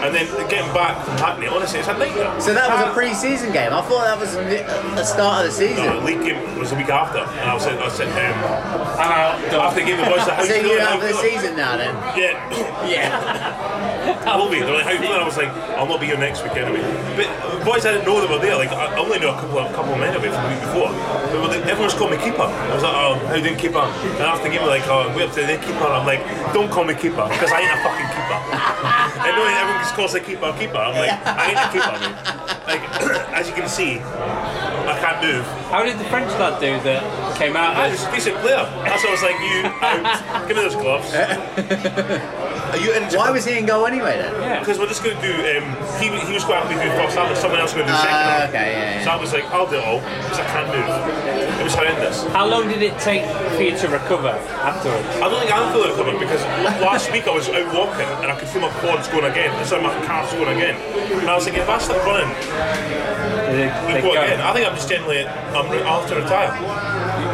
Speaker 2: And then getting back from Hackney, honestly, it's a nightmare.
Speaker 3: so that was a pre-season game. I thought that was the the start of the
Speaker 2: No, the
Speaker 3: season.
Speaker 2: league game was the week after, and I was like, I said, um, after the game, the boys [LAUGHS] said, "How
Speaker 3: So
Speaker 2: you
Speaker 3: you
Speaker 2: feeling?"
Speaker 3: have
Speaker 2: How
Speaker 3: the
Speaker 2: you feeling?
Speaker 3: season now then.
Speaker 2: Yeah,
Speaker 3: Yeah.
Speaker 2: will be. They're like, "How you feeling?" I was like, "I'll not be here next week anyway." But the boys, I didn't know they were there. Like, I I only knew a couple, a couple of men away from the week before. They were like, everyone's called me keeper. I was like, "Oh, how you doing, keeper?" And after the game, they're like, "Oh, we up to the keeper." I'm like, "Don't call me keeper because I ain't a fucking keeper." [LAUGHS] and knowing everyone just calls a keeper, keeper. I'm like, "I ain't a keeper." mate." Like, [CLEARS THROAT] as you can see, I can't move.
Speaker 6: How did the French lad do that came out
Speaker 2: I
Speaker 6: as
Speaker 2: was a decent player. That's why I was like, you out. Give me those gloves. Are you in?
Speaker 3: Why was he in goal anyway then?
Speaker 2: Because we're just going to do. Um, he, he was quite happy to do first half, but someone else going to do second
Speaker 3: Ah,
Speaker 2: half.
Speaker 3: okay, yeah, yeah.
Speaker 2: So I was like, I'll do it all because I can't move. It was horrendous.
Speaker 6: How long did it take for you to recover afterwards?
Speaker 2: I don't think I'm feeling coming because l- last week I was out walking and I could feel my quads going again. and so my calves going again. And I was like, if I start running,
Speaker 6: Did it-
Speaker 2: we
Speaker 6: did it
Speaker 2: go
Speaker 6: go?
Speaker 2: again. I think I'm just generally. I'm re- I'll have to retire.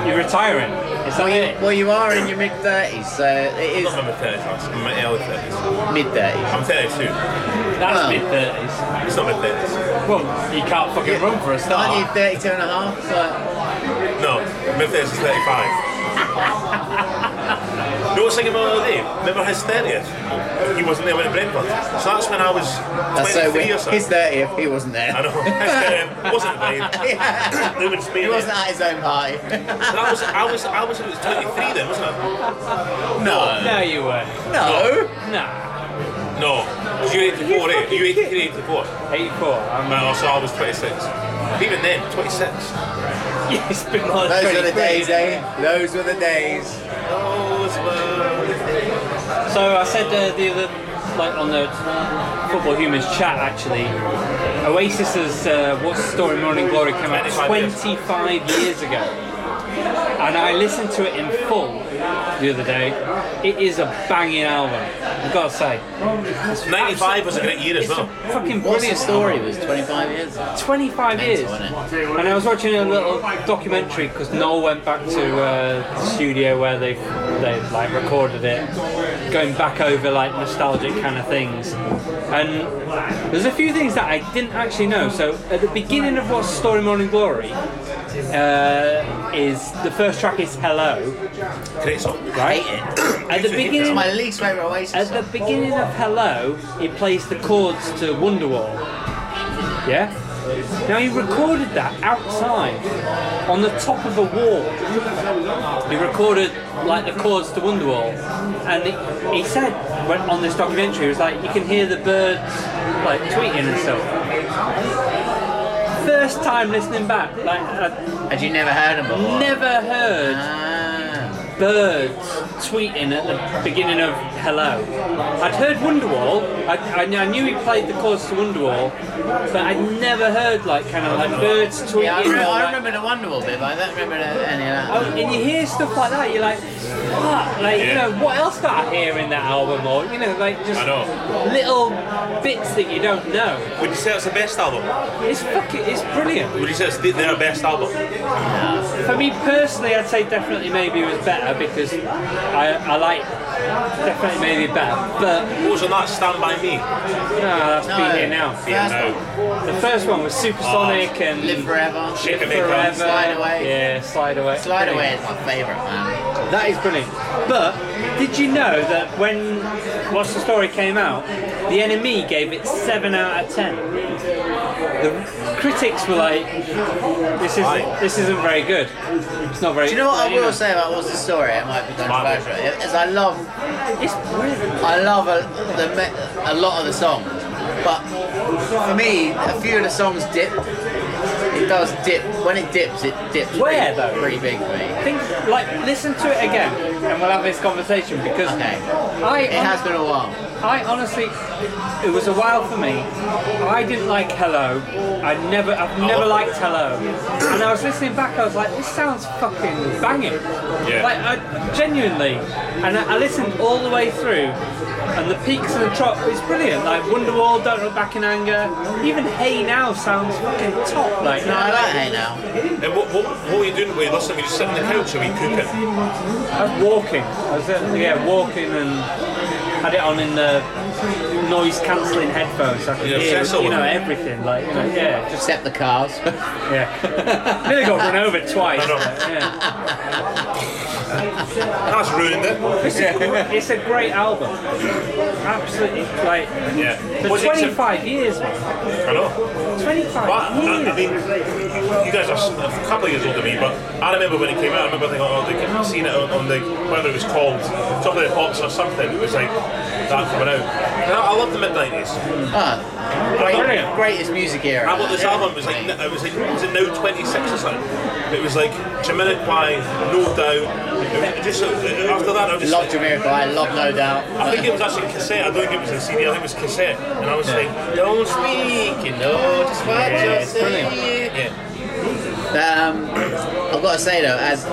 Speaker 6: You're retiring. Is that it?
Speaker 3: Well, you are in your mid thirties, so it
Speaker 2: I'm
Speaker 3: is
Speaker 2: not in my thirties. I'm in my early thirties.
Speaker 3: mid thirties.
Speaker 2: I'm 32.
Speaker 6: That's
Speaker 3: Oh.
Speaker 6: mid thirties.
Speaker 2: It's not my thirties.
Speaker 6: Well, you can't fucking run for a
Speaker 3: Aren't you
Speaker 6: start.
Speaker 3: 32 and a half? So,
Speaker 2: No, my thirties is 35. No, it's like about the other day. Remember his 30th? He wasn't there when it Brentford. So that's when I was 23
Speaker 3: that's so weird.
Speaker 2: or something.
Speaker 3: His 30th, he
Speaker 1: [LAUGHS]
Speaker 3: wasn't
Speaker 2: I
Speaker 3: there. [LAUGHS]
Speaker 2: know. [LAUGHS] His 30th wasn't mine.
Speaker 3: Yeah.
Speaker 2: They were in Spain.
Speaker 3: he wasn't at his own party.
Speaker 2: And I was, I was, I was, it was 23 then, wasn't I?
Speaker 3: no.
Speaker 6: No, you weren't.
Speaker 3: No.
Speaker 6: Nah.
Speaker 2: No. You 84, eh? You 83, 84.
Speaker 6: 84. I'm,
Speaker 2: Well, so I was 26. Even then, 26.
Speaker 6: [LAUGHS] it's been more than
Speaker 3: Those were the
Speaker 6: 23.
Speaker 3: days, eh? Those were the days.
Speaker 2: Those were-
Speaker 6: So I said uh, the other, like on the Football Humans chat actually, Oasis's uh, What's the Story Morning Glory came out
Speaker 2: 25 years.
Speaker 6: 25 years ago. And I listened to it in full the other day. It is a banging album, I've got to say.
Speaker 2: 95 was a great year as
Speaker 6: It's a
Speaker 2: well.
Speaker 6: fucking
Speaker 3: What's the
Speaker 6: brilliant
Speaker 3: story?
Speaker 6: story.
Speaker 3: It was 25 years.
Speaker 6: 25
Speaker 3: Mental,
Speaker 6: years.
Speaker 3: innit?
Speaker 6: And I was watching a little documentary because Noel went back to uh, the studio where they they like recorded it, going back over like nostalgic kind of things. And there's a few things that I didn't actually know. So at the beginning of what's Story Morning Glory uh, is the first track is Hello,
Speaker 2: Great song.
Speaker 6: right?
Speaker 3: Hate it.
Speaker 6: At the
Speaker 3: It's
Speaker 6: beginning,
Speaker 3: my least favourite
Speaker 6: at
Speaker 3: Oasis.
Speaker 6: the beginning of Hello, he plays the chords to Wonderwall. Yeah? Now he recorded that outside on the top of a wall. He recorded like the chords to Wonderwall. And he, he said when, on this documentary, he was like, you can hear the birds like tweeting and stuff. First time listening back, like I'd
Speaker 3: Had you never heard them before?
Speaker 6: never heard
Speaker 3: Ah.
Speaker 6: birds tweeting at the beginning of Hello. I'd heard Wonderwall. I, I, kn- I knew he played the chords to Wonderwall, but I'd never heard like kind of like birds tweeting.
Speaker 3: Yeah, I,
Speaker 6: or,
Speaker 3: remember, I
Speaker 6: like-
Speaker 3: remember the Wonderwall bit, but I don't remember any of that.
Speaker 6: Oh, and you hear stuff like that, you're like, fuck, like, you
Speaker 2: Yeah.
Speaker 6: know, what else did I hear in that album? Or, you know, like, just
Speaker 2: I know.
Speaker 6: little bits that you don't know.
Speaker 2: Would you say it's the best album?
Speaker 6: It's fucking, it's brilliant.
Speaker 2: Would you say it's their best album?
Speaker 6: For me personally, I'd say definitely maybe it was better because
Speaker 1: I, I like definitely maybe better, but
Speaker 2: What was on that? Stand by me.
Speaker 1: no, that's
Speaker 3: No,
Speaker 1: been here now.
Speaker 3: first
Speaker 2: Yeah, no.
Speaker 3: one,
Speaker 1: The first one was Supersonic and
Speaker 3: Oh, Live Forever.
Speaker 2: Shake it, make it.
Speaker 1: Forever.
Speaker 3: Slide Away.
Speaker 1: Yeah, slide away.
Speaker 3: Slide
Speaker 1: Brilliant.
Speaker 3: Away is my favourite, man.
Speaker 1: That is brilliant. But did you know that when What's the Story came out, the enemy gave it 7 out of 10? The critics were like, this isn't, this isn't very good. It's not very
Speaker 3: Do you know what I will
Speaker 1: know.
Speaker 3: say about What's the Story? It might be controversial. Is I love,
Speaker 1: It's brilliant.
Speaker 3: I love a, the, me- a lot of the songs, but for me, a few of the songs dip. It does dip. When it dips, it dips.
Speaker 1: Where,
Speaker 3: pretty,
Speaker 1: though?
Speaker 3: Pretty big for me.
Speaker 1: Think, like, listen to it again and we'll have this conversation because
Speaker 3: Okay.
Speaker 1: I,
Speaker 3: It has been a while.
Speaker 1: I honestly, it was a while for me. I didn't like Hello. I never, I've never liked Hello. And I was listening back. I was like, this sounds fucking banging.
Speaker 2: Yeah.
Speaker 1: Like I, genuinely, and I, I listened all the way through. And the peaks and the drop is brilliant. Like Wonderwall, Don't Look Back in Anger. Even Hey Now sounds fucking top. Like
Speaker 3: No, I like Hey Now.
Speaker 2: And what, what, what were you doing? Were you listening? Were you just sitting on the couch? Or were you cooking?
Speaker 1: I'm walking. I was uh, yeah walking and had it on in the noise cancelling headphones. So I could
Speaker 2: Yeah,
Speaker 1: hear
Speaker 2: Cecil.
Speaker 1: you know everything. Like you know yeah just
Speaker 3: Except the cars. [LAUGHS]
Speaker 1: yeah. Nearly got run over twice.
Speaker 2: I know.
Speaker 1: Yeah.
Speaker 2: That's ruined it.
Speaker 1: It's, a, it's a great album. Absolutely like
Speaker 2: Yeah.
Speaker 1: for
Speaker 2: Was it-
Speaker 1: 25 years. man.
Speaker 2: I know.
Speaker 1: 25
Speaker 2: But I, I
Speaker 1: years.
Speaker 2: mean, you guys are s- a couple of years older than me, but I remember when it came out. I remember thinking, oh, they seen it on, on the whether it was called Top of the Pops or something. It was like that coming out. And I, I love the mid nineties.
Speaker 3: Oh,
Speaker 2: I,
Speaker 1: Brilliant.
Speaker 3: greatest music era.
Speaker 2: I bought this album. It was like it was like was it now twenty six or something. It was like Jamiroquai, No Doubt. It was just after that, I was just
Speaker 3: Love Jamiroquai, I love No Doubt.
Speaker 2: I think it was actually cassette. I don't think it was a CD. I think it was cassette. And I was like, don't speak, you know, just what
Speaker 3: Yeah,
Speaker 2: you're
Speaker 3: it's brilliant.
Speaker 2: saying. Yeah.
Speaker 3: Um, I've got to say though, as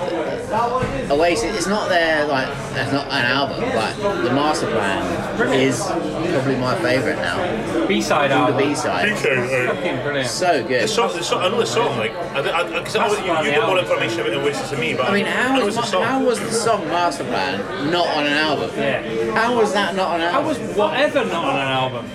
Speaker 3: Oasis, it's not their like that's not an album, but the Master Plan is probably my favourite now.
Speaker 1: B-side
Speaker 3: The
Speaker 1: album.
Speaker 3: B side,
Speaker 1: Fucking brilliant.
Speaker 3: so
Speaker 2: The
Speaker 3: good.
Speaker 2: song, the song, I know the song. Like, I, I, I, 'cause I,
Speaker 1: That's one
Speaker 2: you, you
Speaker 1: of the
Speaker 2: got more
Speaker 1: albums.
Speaker 2: information about Oasis than me, but
Speaker 3: I mean,
Speaker 2: I
Speaker 3: how
Speaker 2: know it's
Speaker 3: was,
Speaker 2: a
Speaker 3: ma-
Speaker 2: song.
Speaker 3: how was the song Master Plan not on an album?
Speaker 1: Yeah.
Speaker 3: How was that not on an
Speaker 1: That
Speaker 3: album?
Speaker 1: was whatever not on an album.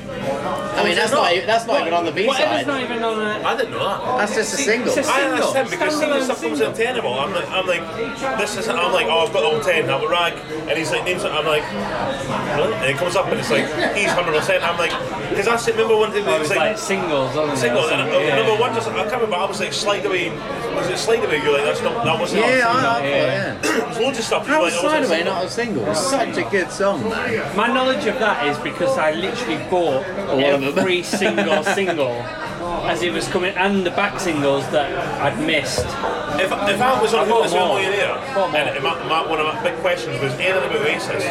Speaker 3: I mean, that's not even- that's not even on the B
Speaker 1: Whatever's
Speaker 3: side.
Speaker 1: not even on an
Speaker 2: I didn't know that.
Speaker 3: That's just a single.
Speaker 1: it's a-
Speaker 2: I
Speaker 1: Single.
Speaker 2: understand because seeing
Speaker 1: Standalone
Speaker 2: this stuff comes
Speaker 1: single.
Speaker 2: in tenable. I'm like, I'm like, this is. I'm like, oh, I've got the whole ten. I'm a rag, and he's like, names. it. I'm like, really? And it comes up, and it's like, he's hundred percent. I'm like, because I said- remember one thing.
Speaker 1: It
Speaker 2: It
Speaker 1: was
Speaker 2: was
Speaker 1: like singles, wasn't it?
Speaker 2: Single,
Speaker 1: Or
Speaker 2: and
Speaker 1: something,
Speaker 2: uh,
Speaker 1: yeah.
Speaker 2: number one, just, I can't remember, I was like, Slide Away, was it Slide Away? You're like, that's not, that wasn't
Speaker 3: yeah, I, I
Speaker 2: on
Speaker 3: thought,
Speaker 1: Yeah.
Speaker 3: yeah.
Speaker 2: single. [CLEARS THROAT] There's loads of stuff.
Speaker 3: How
Speaker 2: you're
Speaker 3: was
Speaker 2: like, oh,
Speaker 3: Side
Speaker 2: it's
Speaker 3: Away
Speaker 2: on
Speaker 3: not a single? Such a good song, man.
Speaker 1: My knowledge of that is because I literally bought
Speaker 3: lot of them.
Speaker 1: every
Speaker 2: [LAUGHS]
Speaker 1: single single as it was coming, and the back singles that I'd missed.
Speaker 2: single. If, if I was on
Speaker 1: I bought
Speaker 2: Who This
Speaker 1: more.
Speaker 2: Millionaire,
Speaker 1: Bought more.
Speaker 2: and it- my, my, one of my big questions was anything about Oasis,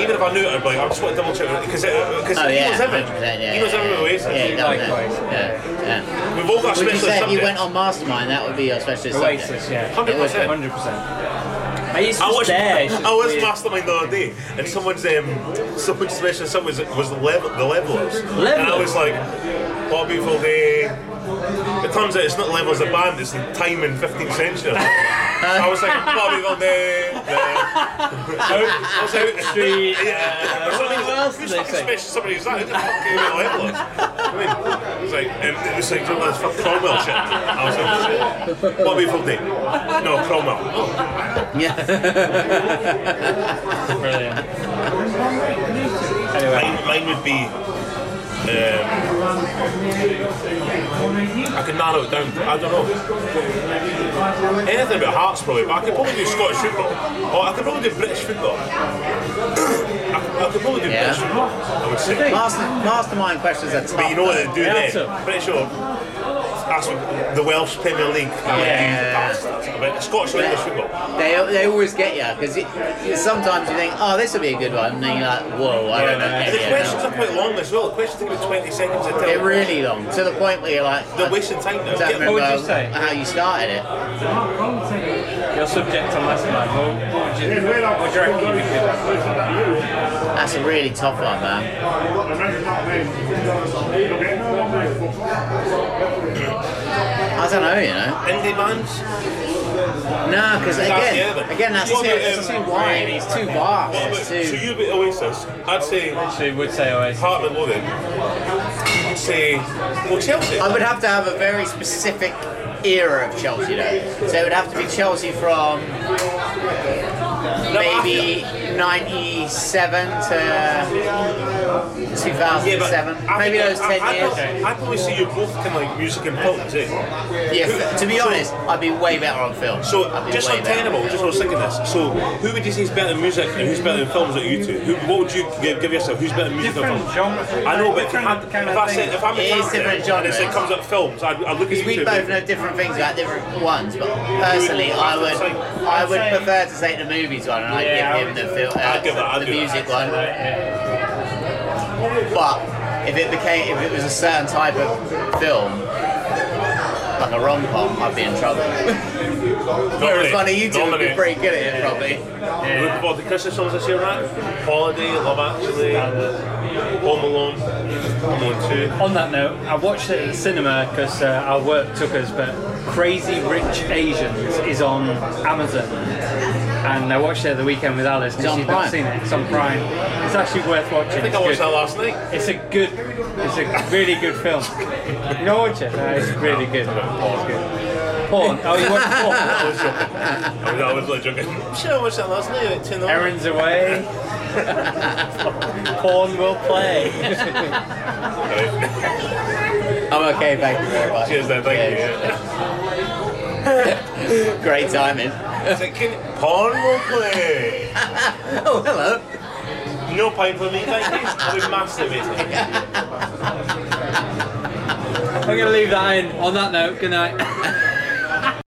Speaker 2: even if I knew it, I'd be like, I just want to double check, because
Speaker 3: Oh
Speaker 2: he
Speaker 3: yeah,
Speaker 2: knows everything.
Speaker 3: 100%, yeah.
Speaker 2: He knows
Speaker 3: yeah,
Speaker 2: everything about Oasis.
Speaker 3: Yeah, yeah,
Speaker 1: Likewise,
Speaker 3: yeah. yeah, yeah.
Speaker 2: We've all got
Speaker 3: Would you
Speaker 2: specialist
Speaker 3: say if you
Speaker 2: subjects.
Speaker 3: went on Mastermind, that would be your specialist
Speaker 1: Oasis,
Speaker 3: subject?
Speaker 1: yeah.
Speaker 2: 100%.
Speaker 1: 100%. I used to
Speaker 2: I
Speaker 1: just
Speaker 2: watched,
Speaker 1: there. it's just
Speaker 2: I watched
Speaker 1: weird.
Speaker 2: Mastermind the other day, and someone's um, someone's mentioned someone was, was the level the levelers, and I
Speaker 1: Levelers?
Speaker 2: was like, "What a beautiful day." It turns out it's not levelers a band; it's the time in 15th century. I was like, "What a beautiful day." I was like,
Speaker 1: Street,
Speaker 2: yeah.
Speaker 1: uh, what else
Speaker 2: Who's
Speaker 1: do they
Speaker 2: fucking
Speaker 1: say?
Speaker 2: special? Somebody who's that? Who the fuck gave me the levelers? I mean, it was like, um, it was like, "Oh, that's fucking Cromwell shit." I was like, "Shit." "What a beautiful day." No, Cromwell. Oh.
Speaker 3: Yeah.
Speaker 1: Brilliant. Anyway,
Speaker 2: Mine, mine would be. Um, I could narrow it down. I don't know. Anything about hearts, probably. But I could probably do Scottish football. Or I could probably do British football. [COUGHS] I, could- I could probably do
Speaker 3: Yeah.
Speaker 2: British football. I would say.
Speaker 3: Master, mastermind questions are tough.
Speaker 2: But you know what they do
Speaker 1: Yeah,
Speaker 2: then?
Speaker 1: so-
Speaker 2: Pretty sure. That's what- the Welsh Premier League.
Speaker 3: Yeah.
Speaker 2: But Scottish or English football.
Speaker 3: They, they always get you because sometimes you think, oh, this will be a good one, and then you're like, whoa, I don't know.
Speaker 2: And the
Speaker 3: any of
Speaker 2: questions
Speaker 3: them.
Speaker 2: are quite long as well. The questions take about 20 seconds to tell.
Speaker 3: They're really long to the point where you're like,
Speaker 2: They're wasting time now.
Speaker 3: I don't
Speaker 2: Get-
Speaker 3: remember
Speaker 1: What would you say?
Speaker 3: how you started it.
Speaker 1: your subject on Mastermind, what, what would you, what do you reckon you could
Speaker 3: That's a really tough one, man. I don't know, you know.
Speaker 2: Indie bands?
Speaker 3: No,
Speaker 2: That's
Speaker 3: because
Speaker 2: the
Speaker 3: again,
Speaker 2: other thing.
Speaker 3: again, that's
Speaker 2: What
Speaker 3: too,
Speaker 2: about,
Speaker 3: it's
Speaker 2: um,
Speaker 3: too wide. It's too vast.
Speaker 2: So
Speaker 3: It's too.
Speaker 2: you bit Oasis. I'd say
Speaker 1: So you would say Oasis.
Speaker 2: Heart and Loathing. I'd say well Chelsea.
Speaker 3: I would have to have a very specific era of Chelsea, though. So it would have to be Chelsea from maybe '97 to 2007.
Speaker 2: I
Speaker 3: maybe
Speaker 2: think-
Speaker 3: those ten
Speaker 2: I, I,
Speaker 3: years.
Speaker 2: probably- I probably see you both kind of like music and pop, is it?
Speaker 3: Yeah, f- to be
Speaker 2: So-
Speaker 3: honest, I'd be way better on film.
Speaker 2: So
Speaker 3: I'd be
Speaker 2: just
Speaker 3: way better.
Speaker 2: untenable. Just I was thinking this. So who would you say is better in music and who's better in films? Like you two, who, what would you give, give yourself? Who's better in music or
Speaker 6: Different
Speaker 2: films?
Speaker 6: genres,
Speaker 2: I know, but if,
Speaker 6: different
Speaker 2: I,
Speaker 6: kind
Speaker 2: if
Speaker 6: of
Speaker 2: I said
Speaker 6: things.
Speaker 2: if I'm a
Speaker 3: It is different
Speaker 2: and it
Speaker 3: genres.
Speaker 2: comes up films, I'd, I'd look at you
Speaker 3: Because we
Speaker 2: two.
Speaker 3: both
Speaker 2: and-
Speaker 3: know different things about different ones, but personally, I would I
Speaker 6: I'd
Speaker 3: would
Speaker 6: say-
Speaker 3: prefer to take the movies one, and I
Speaker 6: Yeah,
Speaker 3: give him
Speaker 6: I'd
Speaker 3: the
Speaker 6: do
Speaker 3: fil-
Speaker 2: I'd give that,
Speaker 3: uh,
Speaker 2: I'd
Speaker 3: the
Speaker 2: do that.
Speaker 3: music one. But if it became if it was a certain type of film, like a rom com, I'd be in trouble.
Speaker 2: Nominate.
Speaker 3: Whereas one of you two would be
Speaker 2: Nominate.
Speaker 3: pretty good at it, probably.
Speaker 2: Looking forward to Christmas songs this year, right? Holiday, Love Actually, Home Alone, Home Alone Two.
Speaker 1: On that note, I watched it at the cinema because uh, our work took us, but Crazy Rich Asians is on Amazon. And I watched it at the weekend with Alice
Speaker 3: It's
Speaker 1: because
Speaker 3: on
Speaker 1: she's not
Speaker 3: Prime.
Speaker 1: seen it. It's on Prime. It's actually worth watching.
Speaker 2: I think
Speaker 1: it's good.
Speaker 2: I watched that last night.
Speaker 1: It's a good, it's a really good film. You don't watch it? No, it's really good. It's good. Porn. Oh, you watch
Speaker 2: I
Speaker 1: porn?
Speaker 2: was joking. I was, I was like joking. Should I watched that last night at 10 hours.
Speaker 1: Erin's away. porn will play.
Speaker 3: I'm okay, thank you very much.
Speaker 2: Cheers then, thank you.
Speaker 3: Great timing.
Speaker 2: It's like, can, porn will play.
Speaker 3: Oh, hello.
Speaker 2: No pipe for me, thank you. I've been masturbating.
Speaker 1: I'm going to leave that in. On that note, good night.